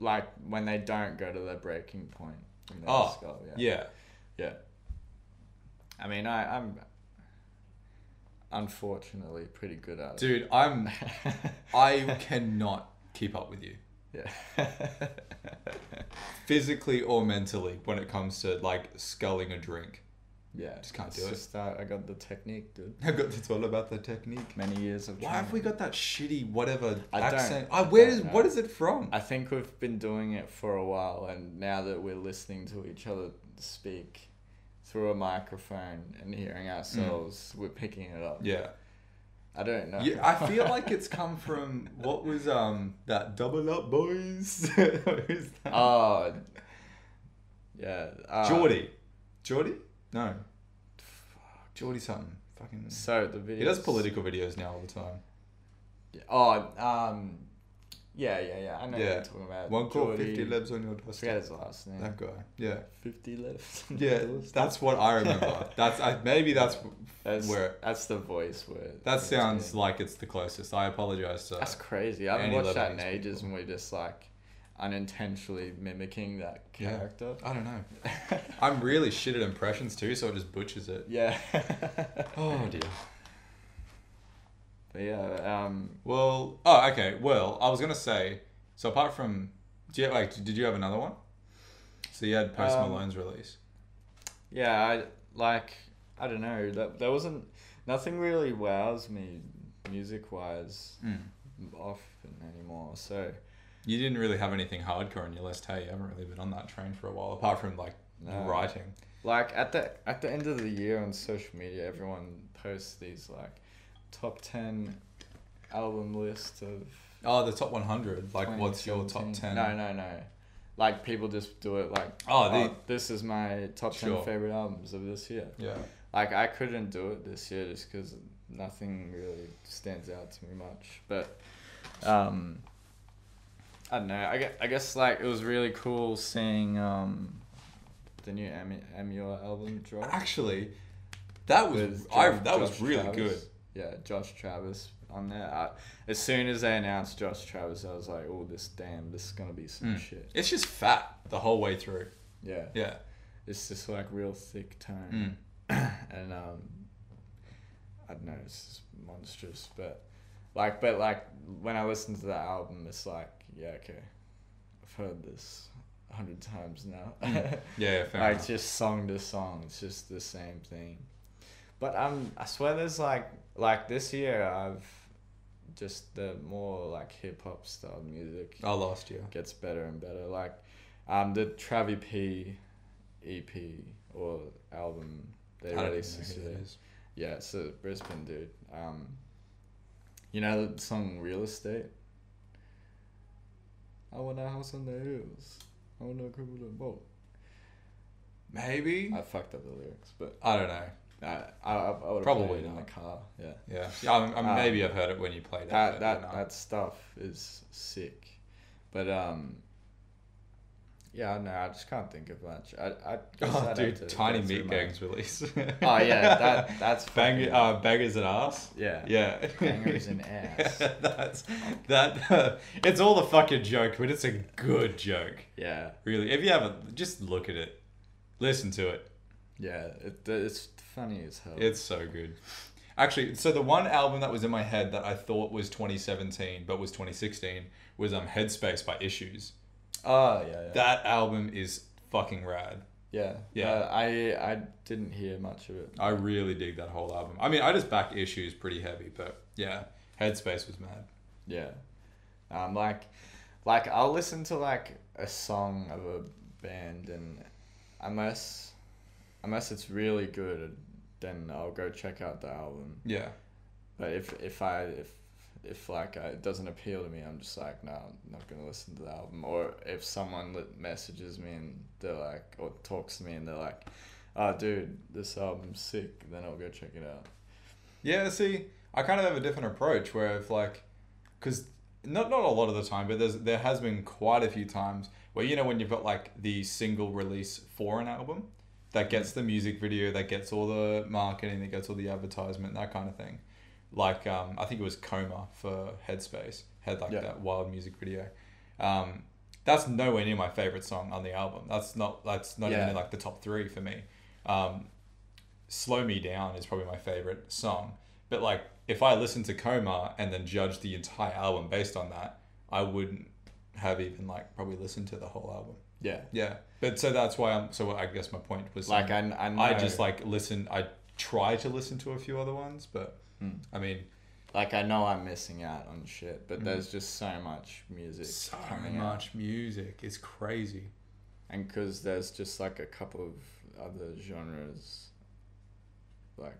Speaker 1: like when they don't go to their breaking point. in their
Speaker 2: Oh,
Speaker 1: skull,
Speaker 2: yeah.
Speaker 1: yeah, yeah. I mean, I, I'm unfortunately pretty good at it.
Speaker 2: Dude, I'm. I cannot keep up with you.
Speaker 1: [laughs] Yeah. [laughs]
Speaker 2: Physically or mentally when it comes to like sculling a drink. [laughs]
Speaker 1: yeah.
Speaker 2: Just can't
Speaker 1: it's
Speaker 2: do it.
Speaker 1: Just, uh, I got the technique, dude.
Speaker 2: I got, it's all about the technique.
Speaker 1: Many years of.
Speaker 2: Why have we
Speaker 1: training.
Speaker 2: got that shitty whatever
Speaker 1: I don't-
Speaker 2: accent?
Speaker 1: I
Speaker 2: I, where
Speaker 1: don't
Speaker 2: is
Speaker 1: know.
Speaker 2: what is it from?
Speaker 1: I think we've been doing it for a while, and now that we're listening to each other speak through a microphone and hearing ourselves, we're picking it up.
Speaker 2: Mm. yeah.
Speaker 1: I don't know.
Speaker 2: Yeah, I feel like it's come from what was um that double up boys? [laughs] Who's that?
Speaker 1: [laughs] Oh, yeah. Uh,
Speaker 2: Geordie. Geordie? Um, No. Geordie something. Fucking.
Speaker 1: So the video.
Speaker 2: He does political videos now all the time.
Speaker 1: Oh, um, yeah, yeah, yeah. I know what
Speaker 2: Yeah.
Speaker 1: you're talking about.
Speaker 2: One call,
Speaker 1: Geordie-
Speaker 2: 50 libs on your
Speaker 1: I Uh, forget
Speaker 2: doorstep.
Speaker 1: his last name.
Speaker 2: That guy. Yeah.
Speaker 1: Fifty [laughs] left.
Speaker 2: Yeah, that's what I
Speaker 1: [laughs]
Speaker 2: remember. that's I, maybe that's
Speaker 1: that's
Speaker 2: where
Speaker 1: that's the voice word.
Speaker 2: that sounds like it's the closest. I apologize to.
Speaker 1: That's crazy. I haven't
Speaker 2: Any
Speaker 1: watched that in
Speaker 2: Lebanese
Speaker 1: ages, and we're just like, unintentionally mimicking that character.
Speaker 2: I don't know. I'm really shit at impressions too, so it just butchers it.
Speaker 1: [laughs] Yeah.
Speaker 2: Oh dear.
Speaker 1: but yeah, um,
Speaker 2: Well, oh okay. Well, I was gonna say. So apart from, do you like? Did you have another one? So you had Post
Speaker 1: Um,
Speaker 2: Malone's release.
Speaker 1: yeah, I like I don't know. That there wasn't nothing really wows me music wise often anymore. So
Speaker 2: You didn't really have anything hardcore on your list. Hey, you haven't really been on that train for a while, apart from like
Speaker 1: No.
Speaker 2: writing.
Speaker 1: like at the at the end of the year on social media, everyone posts these like top ten album list of
Speaker 2: Oh, the top 100. Like, what's your top
Speaker 1: 2017.
Speaker 2: 10?
Speaker 1: No, no, no. Like people just do it like
Speaker 2: Oh, they-
Speaker 1: this is my top
Speaker 2: Sure.
Speaker 1: ten favorite albums of this year.
Speaker 2: Yeah.
Speaker 1: Like I couldn't do it this year just because nothing really stands out to me much. But um, I don't know. I guess, I guess like it was really cool seeing um, the new Emu Emula album drop.
Speaker 2: Actually, that was
Speaker 1: with
Speaker 2: I,
Speaker 1: Jo-
Speaker 2: that was
Speaker 1: Josh
Speaker 2: really good.
Speaker 1: Travis. Yeah, Josh Travis on there. I, as soon as they announced Josh Travis, I was like, "Oh, this damn, this is gonna be some
Speaker 2: Mm.
Speaker 1: shit."
Speaker 2: It's just fat the whole way through.
Speaker 1: Yeah.
Speaker 2: Yeah. Mm.
Speaker 1: it's just like real thick tone, and um, I don't know, it's just monstrous. But like, but like when I listen to the album, it's like, yeah, okay, I've heard this a hundred times now. [laughs]
Speaker 2: Yeah, yeah, fair
Speaker 1: like
Speaker 2: enough.
Speaker 1: just song to song, it's just the same thing. But um, I swear there's like like this year I've just the more like hip hop style music
Speaker 2: Oh, last year.
Speaker 1: gets better and better. Like um, the Travi P EP or album they
Speaker 2: I don't even
Speaker 1: released
Speaker 2: know
Speaker 1: this
Speaker 2: who
Speaker 1: year.
Speaker 2: that is.
Speaker 1: Yeah, it's a Brisbane dude. Um, you know the song Real Estate? I want a house on the hills. I want a crib with a boat.
Speaker 2: Maybe?
Speaker 1: I fucked up the lyrics, but
Speaker 2: I don't know.
Speaker 1: uh, I, I, I would
Speaker 2: Probably
Speaker 1: in the
Speaker 2: not.
Speaker 1: car. Yeah.
Speaker 2: Yeah. yeah I'm, I'm, maybe I've heard it when you played
Speaker 1: Uh, that
Speaker 2: it.
Speaker 1: that
Speaker 2: but no.
Speaker 1: that stuff is sick, but um. Yeah, no, I just can't think of much. I, I guess I'd
Speaker 2: [laughs] Oh,
Speaker 1: have
Speaker 2: dude,
Speaker 1: to
Speaker 2: Tiny
Speaker 1: go through
Speaker 2: Meat
Speaker 1: my-
Speaker 2: Gang's release.
Speaker 1: [laughs] Oh yeah, that that's
Speaker 2: [laughs] Bang,
Speaker 1: fucking-
Speaker 2: uh, bangers and ass.
Speaker 1: Yeah.
Speaker 2: Yeah.
Speaker 1: Bangers
Speaker 2: [laughs]
Speaker 1: and ass.
Speaker 2: That's that. uh, it's all a fucking joke, but it's a good joke.
Speaker 1: yeah,
Speaker 2: Really, if you haven't, just look at it, listen to it.
Speaker 1: yeah. It, it's funny as hell.
Speaker 2: It's so good. Actually, so the one album that was in my head that I thought was 2017 but was 2016 was um Headspace by Issues.
Speaker 1: oh yeah, yeah.
Speaker 2: That album is fucking rad.
Speaker 1: yeah,
Speaker 2: Yeah.
Speaker 1: Uh, I I didn't hear much of it.
Speaker 2: I really dig that whole album. I mean, I just back Issues pretty heavy, but yeah, Headspace was mad.
Speaker 1: Yeah, um, like, like I'll listen to like a song of a band, and unless, unless it's really good, then I'll go check out the album.
Speaker 2: Yeah.
Speaker 1: But if if I if if like I, it doesn't appeal to me, I'm just like no, I'm not gonna listen to the album. Or if someone li- messages me and they're like, or talks to me and they're like, oh dude, this album's sick, then I'll go check it out.
Speaker 2: Yeah, see, I kind of have a different approach where if like, because not not a lot of the time, but there's there has been quite a few times where you know when you've got like the single release for an album that gets the music video, that gets all the marketing, that gets all the advertisement, that kind of thing. Like um, I think it was Coma for Headspace had like
Speaker 1: Yeah.
Speaker 2: that wild music video. Um, that's nowhere near my favorite song on the album. That's not that's not even
Speaker 1: Yeah.
Speaker 2: in like the top three for me. Um, Slow Me Down is probably my favorite song. But like, if I listened to Coma and then judged the entire album based on that, I wouldn't have even like probably listened to the whole album.
Speaker 1: Yeah,
Speaker 2: Yeah. But so that's why I'm. So I guess my point was um,
Speaker 1: like I I know
Speaker 2: I just like listen. I try to listen to a few other ones, but I mean,
Speaker 1: like I know I'm missing out on shit, but there's just so much music
Speaker 2: so
Speaker 1: coming out,
Speaker 2: much music. It's crazy.
Speaker 1: and because there's just like a couple of other genres, like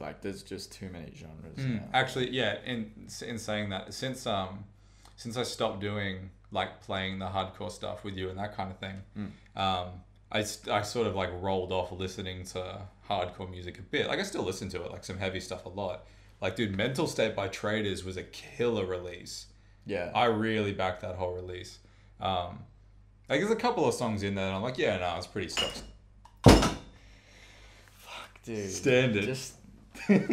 Speaker 1: like there's just too many genres
Speaker 2: Mm,
Speaker 1: now.
Speaker 2: Actually, yeah. In in saying that, since um, since I stopped doing like playing the hardcore stuff with you and that kind of thing,
Speaker 1: Mm.
Speaker 2: um, I, s- I sort of like rolled off listening to hardcore music a bit. Like I still listen to it, like some heavy stuff a lot. Like dude, Mental State by Traders was a killer release.
Speaker 1: yeah,
Speaker 2: I really backed that whole release. Um, like there's a couple of songs in there, and I'm like, yeah, no, it's pretty stuff.
Speaker 1: dude, [laughs]
Speaker 2: Standard.
Speaker 1: just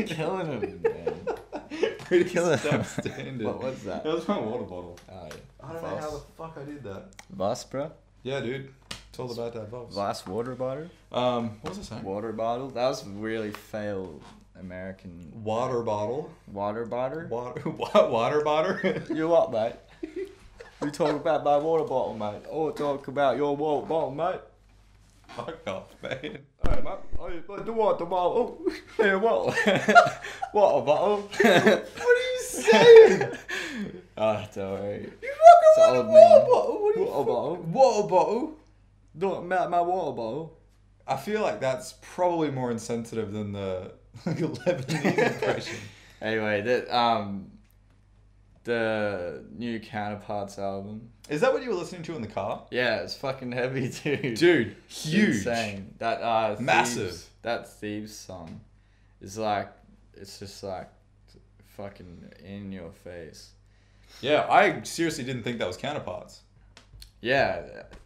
Speaker 1: killing it, man.
Speaker 2: pretty
Speaker 1: Killer. [laughs]
Speaker 2: substandard.
Speaker 1: What was that?
Speaker 2: That was my water bottle.
Speaker 1: Oh,
Speaker 2: I don't know
Speaker 1: Voss.
Speaker 2: how the fuck I did that.
Speaker 1: Voss, bro.
Speaker 2: Yeah, dude. It's all about that Voss.
Speaker 1: Voss water bottle.
Speaker 2: Um, what was I saying?
Speaker 1: Water bottle. That was really fail American
Speaker 2: Water bottle.
Speaker 1: water bottle.
Speaker 2: Water. [laughs] What? Water bottle. [laughs]
Speaker 1: You what, mate? You talk about my water bottle, mate. Oh, talk about your water bottle, mate.
Speaker 2: Fuck off, man.
Speaker 1: Hey, mate. Oh, the water bottle. [laughs] Oh, hey, what? water bottle. [laughs] what are you saying? [laughs] Ah, don't worry. You fucking want a water bottle? What water bottle?
Speaker 2: Water bottle.
Speaker 1: Don't about my water bottle.
Speaker 2: I feel like that's probably more insensitive than the [laughs] like a Lebanese impression.
Speaker 1: Anyway, that um, the new Counterparts album.
Speaker 2: Is that what you were listening to in the car?
Speaker 1: Yeah, it's fucking heavy, [laughs] dude.
Speaker 2: Dude, huge.
Speaker 1: Insane. That uh, Thieves-
Speaker 2: Massive.
Speaker 1: that thieves song is like it's just like fucking in your face.
Speaker 2: Yeah, I seriously didn't think that was counterparts.
Speaker 1: Yeah,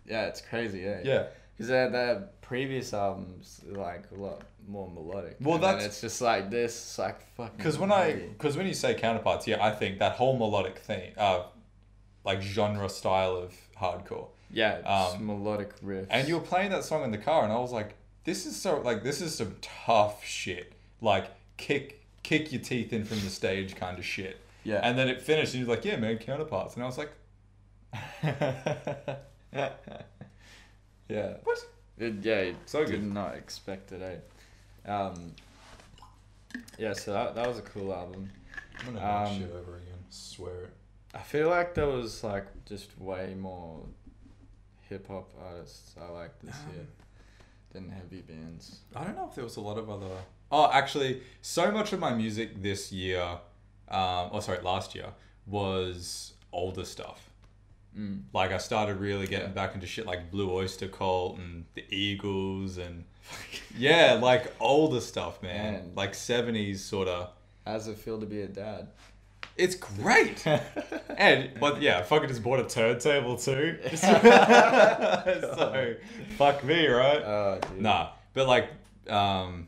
Speaker 1: yeah, it's crazy. Yeah,
Speaker 2: Yeah.
Speaker 1: Because their, their previous albums are, like a lot more melodic.
Speaker 2: Well,
Speaker 1: and then
Speaker 2: that's-
Speaker 1: it's just like this, it's like fucking.
Speaker 2: Because when I
Speaker 1: heavy.
Speaker 2: because when you say counterparts, yeah, I think that whole melodic thing, uh, like genre style of hardcore.
Speaker 1: yeah, it's
Speaker 2: um,
Speaker 1: melodic riffs.
Speaker 2: And you were playing that song in the car, and I was like, "This is so like this is some tough shit, like kick kick your teeth in from the stage kind of shit."
Speaker 1: Yeah.
Speaker 2: And then it finished, and you're like, "Yeah, man, counterparts," and I was like,
Speaker 1: [laughs]
Speaker 2: [laughs]
Speaker 1: yeah,
Speaker 2: "What?"
Speaker 1: it, yeah, you
Speaker 2: So
Speaker 1: did
Speaker 2: good.
Speaker 1: not expect it. Eh? Um, yeah, so that, that was a cool album.
Speaker 2: I'm gonna
Speaker 1: have that Um, shit
Speaker 2: over again. Swear it.
Speaker 1: I feel like there was like just way more hip hop artists I like this year than heavy bands.
Speaker 2: I don't know if there was a lot of other. Oh, actually, so much of my music this year, um, oh sorry, last year was older stuff. Like I started really getting back into shit like Blue Oyster Cult and the Eagles and [laughs] yeah, like older stuff, man.
Speaker 1: Man.
Speaker 2: Like seventies sort of.
Speaker 1: How's it feel to be a dad?
Speaker 2: It's great. and but yeah, I fucking just bought a turntable too. [laughs] so fuck me, right?
Speaker 1: Oh, dude.
Speaker 2: Nah, but like, um,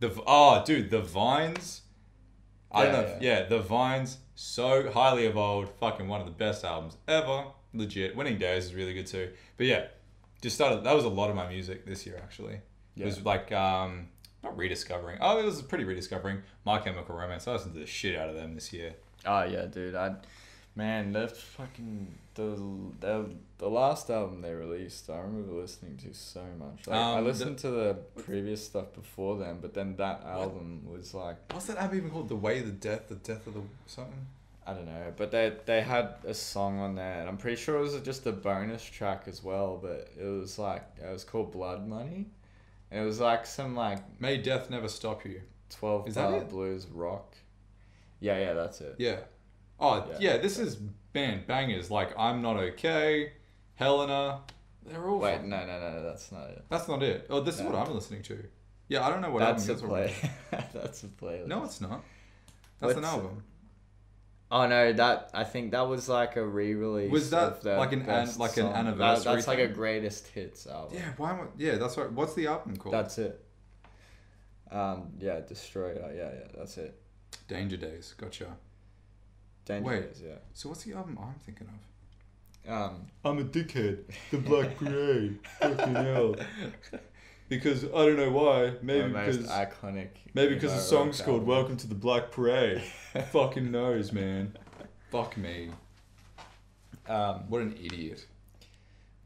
Speaker 2: the v- oh, dude, the vines. I don't
Speaker 1: Yeah,
Speaker 2: know. if- Yeah. the vines. So highly evolved. Fucking one of the best albums ever. Legit. Winning Days is really good too. But yeah, just started. That was a lot of my music this year actually. It was like um, not rediscovering. Oh, it was pretty rediscovering. My Chemical Romance. I listened to the shit out of them this year.
Speaker 1: Oh yeah, dude. I, man, that's fucking the the the last album they released. I remember listening to so much. Like, I
Speaker 2: Um, the-
Speaker 1: listened to the previous stuff before then, but then that album was like
Speaker 2: What's that album even called? The Way, the Death, the Death of the something.
Speaker 1: I don't know, but they they had a song on there, and I'm pretty sure it was just a bonus track as well. But it was like it was called Blood Money, and it was like some like
Speaker 2: May Death Never Stop You.
Speaker 1: twelve
Speaker 2: Is that
Speaker 1: bar
Speaker 2: it?
Speaker 1: blues rock. Yeah, yeah, that's it.
Speaker 2: Yeah. Oh
Speaker 1: Yeah.
Speaker 2: yeah, this is man bangers like I'm not okay, Helena. They're all.
Speaker 1: Wait,
Speaker 2: fucking-
Speaker 1: no, no, no, no, that's not it.
Speaker 2: That's not it. Oh, this is what I'm listening to. Yeah, I don't know what
Speaker 1: That's a
Speaker 2: album. you're talking
Speaker 1: play. [laughs] that's a playlist.
Speaker 2: about. No, it's not. That's an
Speaker 1: What's-
Speaker 2: album.
Speaker 1: Oh no, that I think that was like a re-release.
Speaker 2: Was that
Speaker 1: of their
Speaker 2: like an an-
Speaker 1: best
Speaker 2: like an
Speaker 1: song. That-
Speaker 2: anniversary
Speaker 1: that's like a
Speaker 2: thing?
Speaker 1: greatest hits album.
Speaker 2: Yeah, why am I? Yeah, that's right. What's the album called?
Speaker 1: That's it. Um, yeah, Destroyer. Yeah, yeah, that's it.
Speaker 2: Danger Days. Gotcha.
Speaker 1: Danger
Speaker 2: Wait.
Speaker 1: Days, yeah.
Speaker 2: So what's the album I'm thinking of?
Speaker 1: Um,
Speaker 2: I'm a dickhead.
Speaker 1: [laughs]
Speaker 2: The Black Parade. Fucking hell. [laughs] Because I don't know why.
Speaker 1: the
Speaker 2: [laughs] Maybe
Speaker 1: most iconic.
Speaker 2: Maybe because the
Speaker 1: Emo
Speaker 2: song's
Speaker 1: rock
Speaker 2: called
Speaker 1: album.
Speaker 2: "Welcome to the Black [laughs] Parade." Fucking knows, man. Fuck me.
Speaker 1: Um,
Speaker 2: What an idiot.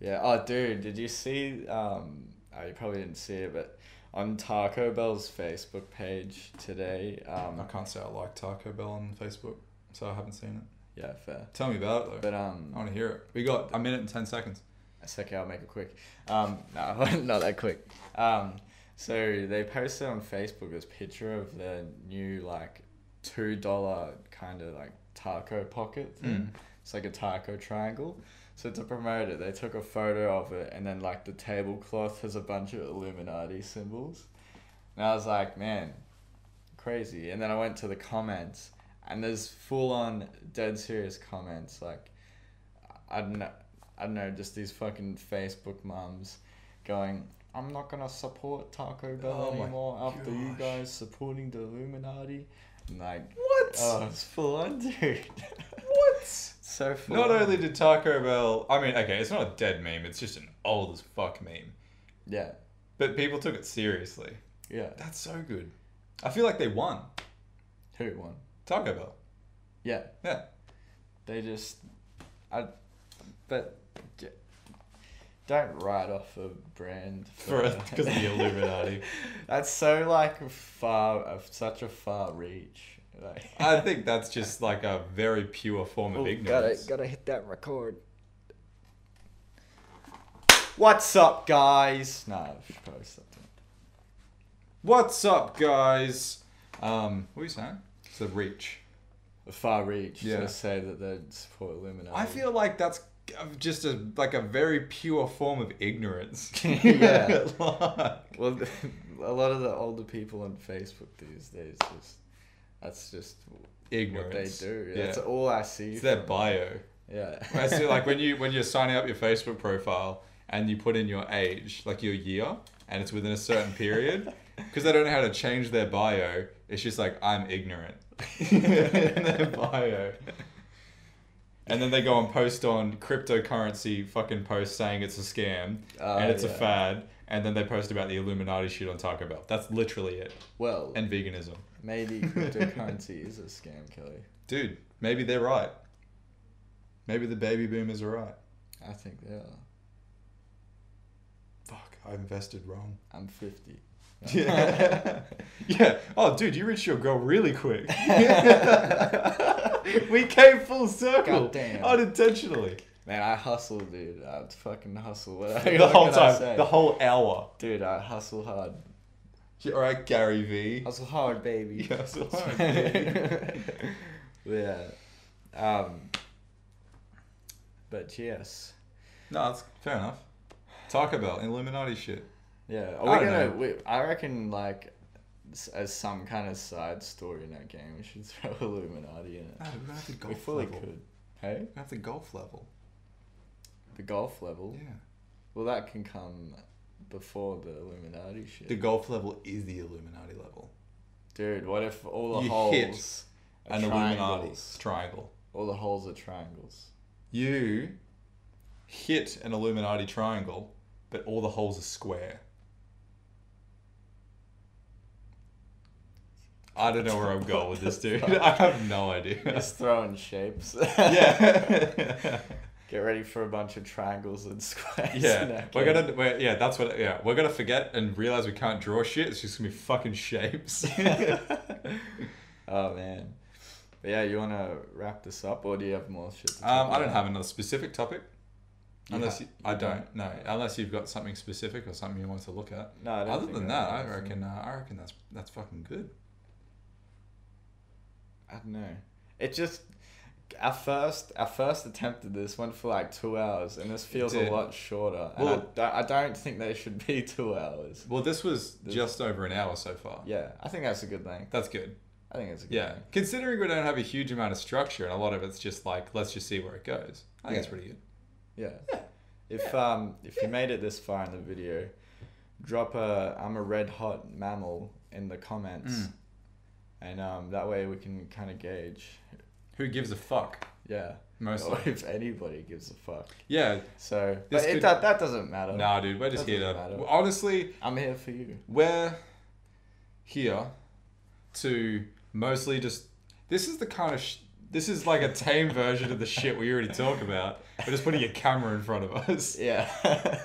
Speaker 1: yeah. Oh, dude, did you see? Um, oh, you probably didn't see it, but on Taco Bell's Facebook page today.
Speaker 2: I
Speaker 1: Um,
Speaker 2: can't say I like Taco Bell on Facebook, so I haven't seen it.
Speaker 1: yeah, fair.
Speaker 2: Tell me about it though.
Speaker 1: But um,
Speaker 2: I want to hear it. We got a minute and ten seconds.
Speaker 1: It's okay, I'll make it quick. Um, no, [laughs] not that quick. Um, so they posted on Facebook this picture of the new like two dollar kind of like taco pocket thing. It's like a taco triangle. So to promote it, they took a photo of it, and then like the tablecloth has a bunch of Illuminati symbols. And I was like, man, crazy. And then I went to the comments, and there's full on dead serious comments like, I don't know, I don't know, just these fucking Facebook mums going, I'm not gonna support Taco Bell
Speaker 2: Oh my
Speaker 1: anymore after you
Speaker 2: gosh.
Speaker 1: guys supporting the Illuminati. And, Like
Speaker 2: What?
Speaker 1: Oh, it's full on, dude. [laughs]
Speaker 2: what?
Speaker 1: so full.
Speaker 2: Not
Speaker 1: on.
Speaker 2: only did Taco Bell, I mean, okay, it's not a dead meme. It's just an old as fuck meme.
Speaker 1: Yeah.
Speaker 2: But people took it seriously.
Speaker 1: Yeah.
Speaker 2: That's so good. I feel like they won
Speaker 1: Who won?
Speaker 2: Taco Bell.
Speaker 1: Yeah.
Speaker 2: Yeah.
Speaker 1: They just, I, but, j- don't write off a brand
Speaker 2: For [laughs] because of the Illuminati.
Speaker 1: [laughs] That's so like far of such a far reach.
Speaker 2: [laughs]
Speaker 1: Like,
Speaker 2: I think that's just like a very pure form
Speaker 1: Oh,
Speaker 2: of ignorance.
Speaker 1: gotta hit that record. What's up, guys? No, I should probably stop doing
Speaker 2: What's up, guys? Um, what are you saying? It's the reach.
Speaker 1: that. Far reach. Yeah.
Speaker 2: Yeah.
Speaker 1: To say that they support Illuminati.
Speaker 2: I feel like that's just a like a very pure form of ignorance.
Speaker 1: [laughs]
Speaker 2: [laughs]
Speaker 1: Yeah.
Speaker 2: Like-
Speaker 1: Well, [laughs] a lot of the older people on Facebook these days just that's just what they
Speaker 2: ignorance.
Speaker 1: do.
Speaker 2: Yeah.
Speaker 1: That's all I see.
Speaker 2: It's their
Speaker 1: from-
Speaker 2: bio.
Speaker 1: Yeah.
Speaker 2: I see, like when you when you're signing up your Facebook profile and you put in your age, like your year, and it's within a
Speaker 1: [laughs]
Speaker 2: certain period, because they don't know how to change their bio. It's just like I'm ignorant [laughs] in their bio. And then they go and post on cryptocurrency fucking post saying it's a scam
Speaker 1: Oh,
Speaker 2: and it's a
Speaker 1: yeah.
Speaker 2: fad. And then they post about the Illuminati shit on Taco Bell. That's literally it.
Speaker 1: [laughs] well,
Speaker 2: And veganism.
Speaker 1: maybe cryptocurrency is a scam, Kelly.
Speaker 2: Dude, maybe they're right. Maybe the baby boomers are right.
Speaker 1: I think they are.
Speaker 2: Fuck, I invested wrong.
Speaker 1: I'm
Speaker 2: [laughs]
Speaker 1: 50. [laughs]
Speaker 2: Yeah. yeah. Oh, dude, you reached your goal really quick. we came full circle.
Speaker 1: Goddamn. [laughs]
Speaker 2: Unintentionally.
Speaker 1: Man, I hustle, dude. I fucking hustle. What,
Speaker 2: the whole
Speaker 1: say?
Speaker 2: time. The whole hour.
Speaker 1: dude, I hustle hard.
Speaker 2: Yeah, All right, Gary V.
Speaker 1: Hustle hard, baby.
Speaker 2: [laughs]
Speaker 1: [laughs]
Speaker 2: Yeah, so hard.
Speaker 1: yeah. Um. But yes.
Speaker 2: no, it's fair enough. Taco Bell, Illuminati shit.
Speaker 1: Yeah, are
Speaker 2: I
Speaker 1: we
Speaker 2: don't
Speaker 1: gonna?
Speaker 2: know.
Speaker 1: We, I reckon like s- as some kind of side story in that game, we should [laughs] throw Illuminati in it.
Speaker 2: we're gonna have the
Speaker 1: we fully could. Hey,
Speaker 2: have the golf level.
Speaker 1: the golf level.
Speaker 2: Yeah.
Speaker 1: Well, that can come before the Illuminati shit.
Speaker 2: The golf level is the Illuminati level.
Speaker 1: Dude, what if all the
Speaker 2: You hit
Speaker 1: holes are
Speaker 2: An Illuminati
Speaker 1: triangles?
Speaker 2: triangle.
Speaker 1: All the holes are triangles.
Speaker 2: You hit an Illuminati triangle, but all the holes are square. I don't know where I'm going with this, dude. [laughs] I have
Speaker 1: [laughs]
Speaker 2: no idea.
Speaker 1: Just throwing shapes.
Speaker 2: yeah.
Speaker 1: [laughs] Get ready for a bunch of triangles and [laughs] squares. in
Speaker 2: [laughs] Yeah,
Speaker 1: that
Speaker 2: we're
Speaker 1: game.
Speaker 2: gonna. We're, yeah, that's what. Yeah, we're gonna forget and realize we can't draw shit. It's just gonna be
Speaker 1: [laughs]
Speaker 2: fucking shapes. [laughs]
Speaker 1: Oh man. But yeah, you wanna wrap this up, or do you have more shit? To
Speaker 2: Um,
Speaker 1: talk
Speaker 2: I don't
Speaker 1: about?
Speaker 2: have another specific topic. Unless
Speaker 1: ha-
Speaker 2: you, I don't no, unless you've got something specific or something you want to look at.
Speaker 1: No, I don't
Speaker 2: Other
Speaker 1: think
Speaker 2: than
Speaker 1: I have
Speaker 2: that, I
Speaker 1: anything.
Speaker 2: reckon uh, I reckon that's that's fucking good.
Speaker 1: I don't know. It just our first our first attempt at this went for like two hours, and this feels a
Speaker 2: did.
Speaker 1: lot shorter. and
Speaker 2: Well-
Speaker 1: I, don't- I don't think they should be [laughs] two hours.
Speaker 2: Well, this was just over an hour so far.
Speaker 1: Yeah, I think that's a good length.
Speaker 2: That's good.
Speaker 1: I think it's a good
Speaker 2: Yeah.
Speaker 1: length.
Speaker 2: Considering we don't have a huge amount of structure and a lot of it's just like let's just see where it goes. I think it's
Speaker 1: Yeah.
Speaker 2: pretty good.
Speaker 1: Yeah. If um if you made it this far in the video, drop a I'm a red hot mammal in the comments,
Speaker 2: Mm.
Speaker 1: and um that way we can kind of gauge.
Speaker 2: Who gives a fuck?
Speaker 1: Yeah.
Speaker 2: Mostly.
Speaker 1: [laughs] Or if anybody gives a fuck. [laughs]
Speaker 2: Yeah.
Speaker 1: So
Speaker 2: This
Speaker 1: but it,
Speaker 2: could-
Speaker 1: that, that doesn't matter.
Speaker 2: Nah, dude, we're just
Speaker 1: Doesn't
Speaker 2: here to
Speaker 1: matter.
Speaker 2: honestly,
Speaker 1: I'm here for you.
Speaker 2: we're here to mostly just this is the kind of sh- this is like a tame version of the shit we already talk about we're just putting a camera in front of
Speaker 1: [laughs]
Speaker 2: us [laughs]
Speaker 1: Yeah.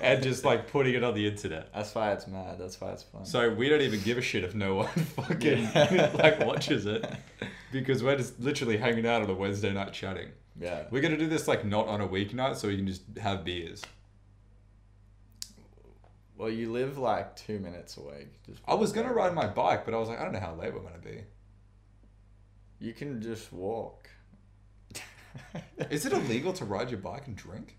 Speaker 2: and just like putting it on the internet
Speaker 1: That's why it's mad. That's why it's fun.
Speaker 2: so we don't even give a shit if no one [laughs] fucking
Speaker 1: Yeah.
Speaker 2: [laughs] like
Speaker 1: [laughs]
Speaker 2: watches it because we're just literally hanging out on a wednesday night chatting
Speaker 1: yeah.
Speaker 2: we're gonna do this like not on a weeknight so we can just have beers
Speaker 1: Well, you live like two minutes away. Just
Speaker 2: i was gonna ride my bike but i was like i don't know how late we're gonna be
Speaker 1: You can just
Speaker 2: [laughs]
Speaker 1: walk.
Speaker 2: is it illegal to ride your bike and drink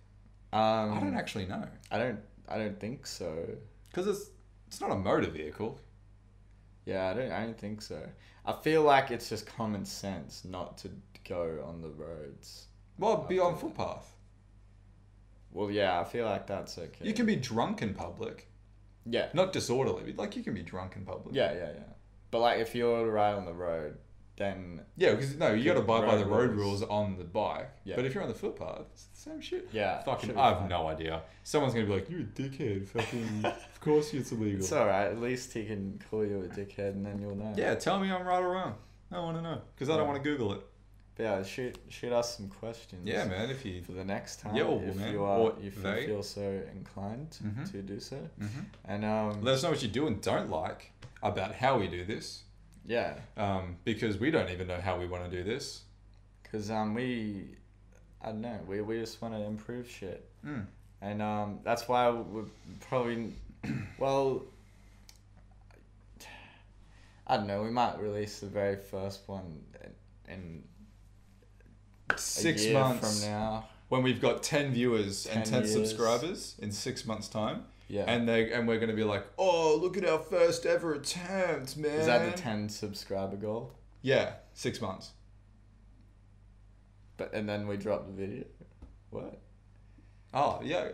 Speaker 1: Um,
Speaker 2: i don't actually know
Speaker 1: I don't. I don't think so.
Speaker 2: Because it's it's not a motor vehicle.
Speaker 1: Yeah, I don't. I don't think so. I feel like it's just common sense not to go on the roads.
Speaker 2: Well, be on footpath.
Speaker 1: Well, yeah, I feel like that's okay.
Speaker 2: You can be drunk in public,
Speaker 1: Yeah.
Speaker 2: not disorderly. But like you can be drunk in public.
Speaker 1: Yeah, yeah, yeah. But like, if you're to ride on the road, then
Speaker 2: Yeah, because no, you got to abide by
Speaker 1: road
Speaker 2: the road
Speaker 1: rules.
Speaker 2: rules on the bike.
Speaker 1: Yeah.
Speaker 2: But if you're on the footpath, it's the same shit.
Speaker 1: Yeah, should
Speaker 2: Fucking,
Speaker 1: be
Speaker 2: I
Speaker 1: fine.
Speaker 2: have no idea. Someone's gonna be like, "You're a dickhead." [laughs] Fucking, of course it's illegal.
Speaker 1: it's all right. At least he can call you a dickhead, and then you'll know.
Speaker 2: yeah, tell me I'm right or wrong. I want to know because I don't want to Google it.
Speaker 1: But yeah. Shoot, shoot us some questions.
Speaker 2: Yeah, man. If you
Speaker 1: For the next time,
Speaker 2: Yeah,
Speaker 1: if
Speaker 2: man.
Speaker 1: you are,
Speaker 2: Or
Speaker 1: if
Speaker 2: they. Mm-hmm.
Speaker 1: you feel so inclined to do so, and
Speaker 2: let
Speaker 1: um,
Speaker 2: us know what you do and don't like about how we do this,
Speaker 1: yeah,
Speaker 2: um, because we don't even know how we want to do this.
Speaker 1: because um, we, I don't know, we, we just want to improve shit,
Speaker 2: Mm.
Speaker 1: and um, that's why we're probably, [clears throat] well, I don't know, we might release the very first one in, in a
Speaker 2: Six
Speaker 1: year
Speaker 2: months
Speaker 1: from now.
Speaker 2: when we've got ten viewers
Speaker 1: 10
Speaker 2: and ten
Speaker 1: years.
Speaker 2: subscribers in six months' time.
Speaker 1: Yeah.
Speaker 2: And they and we're gonna be like, oh, look at our first ever attempt, man.
Speaker 1: Is that the ten subscriber goal?
Speaker 2: Yeah, six months.
Speaker 1: But and then we drop the video. What?
Speaker 2: Oh yeah.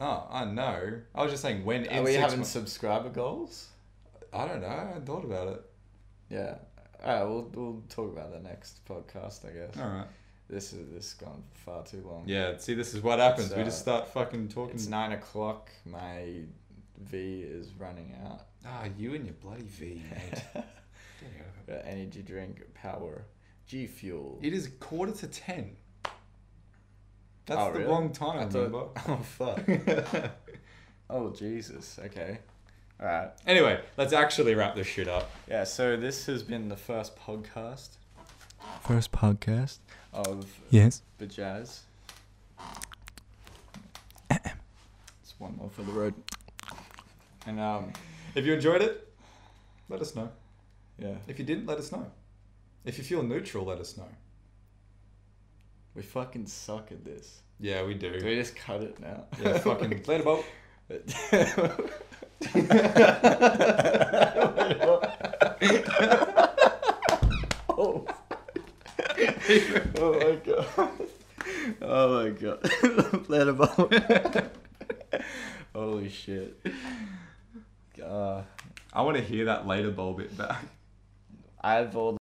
Speaker 2: Oh, I know. I was just saying when
Speaker 1: Are
Speaker 2: in
Speaker 1: Oh, we
Speaker 2: six
Speaker 1: having
Speaker 2: mo-
Speaker 1: subscriber goals?
Speaker 2: I don't know. I hadn't thought about it.
Speaker 1: Yeah. All right, we'll we'll talk about that next podcast, I guess.
Speaker 2: All right.
Speaker 1: This is this has gone far too long.
Speaker 2: Yeah. See, this is what happens.
Speaker 1: It's,
Speaker 2: we
Speaker 1: uh,
Speaker 2: just start fucking talking.
Speaker 1: It's nine o'clock. My V is running out. [laughs]
Speaker 2: Ah, you and your bloody V, mate.
Speaker 1: Uh, Energy drink, power, G fuel.
Speaker 2: it is quarter to ten. That's
Speaker 1: Oh,
Speaker 2: the
Speaker 1: really?
Speaker 2: wrong
Speaker 1: I
Speaker 2: time. remember?
Speaker 1: thought- [laughs] oh fuck. [laughs] oh Jesus. Okay. All right.
Speaker 2: [laughs] anyway, let's actually wrap this shit up.
Speaker 1: Yeah. So this has been the first podcast. First podcast of
Speaker 2: Yes.
Speaker 1: Bajaz.
Speaker 2: [clears throat]
Speaker 1: It's one more for the road. And um,
Speaker 2: If you enjoyed it, let us know.
Speaker 1: yeah,
Speaker 2: If you didn't, let us know. If you feel neutral, let us know.
Speaker 1: we fucking suck at this.
Speaker 2: Yeah, we do.
Speaker 1: Do we just cut it now? [laughs]
Speaker 2: Yeah, fucking later, [laughs] boat.
Speaker 1: oh. oh my god. Oh my god. [laughs] Let him out. [laughs] Holy shit. Uh,
Speaker 2: I want to hear that later bowl bit back.
Speaker 1: I have all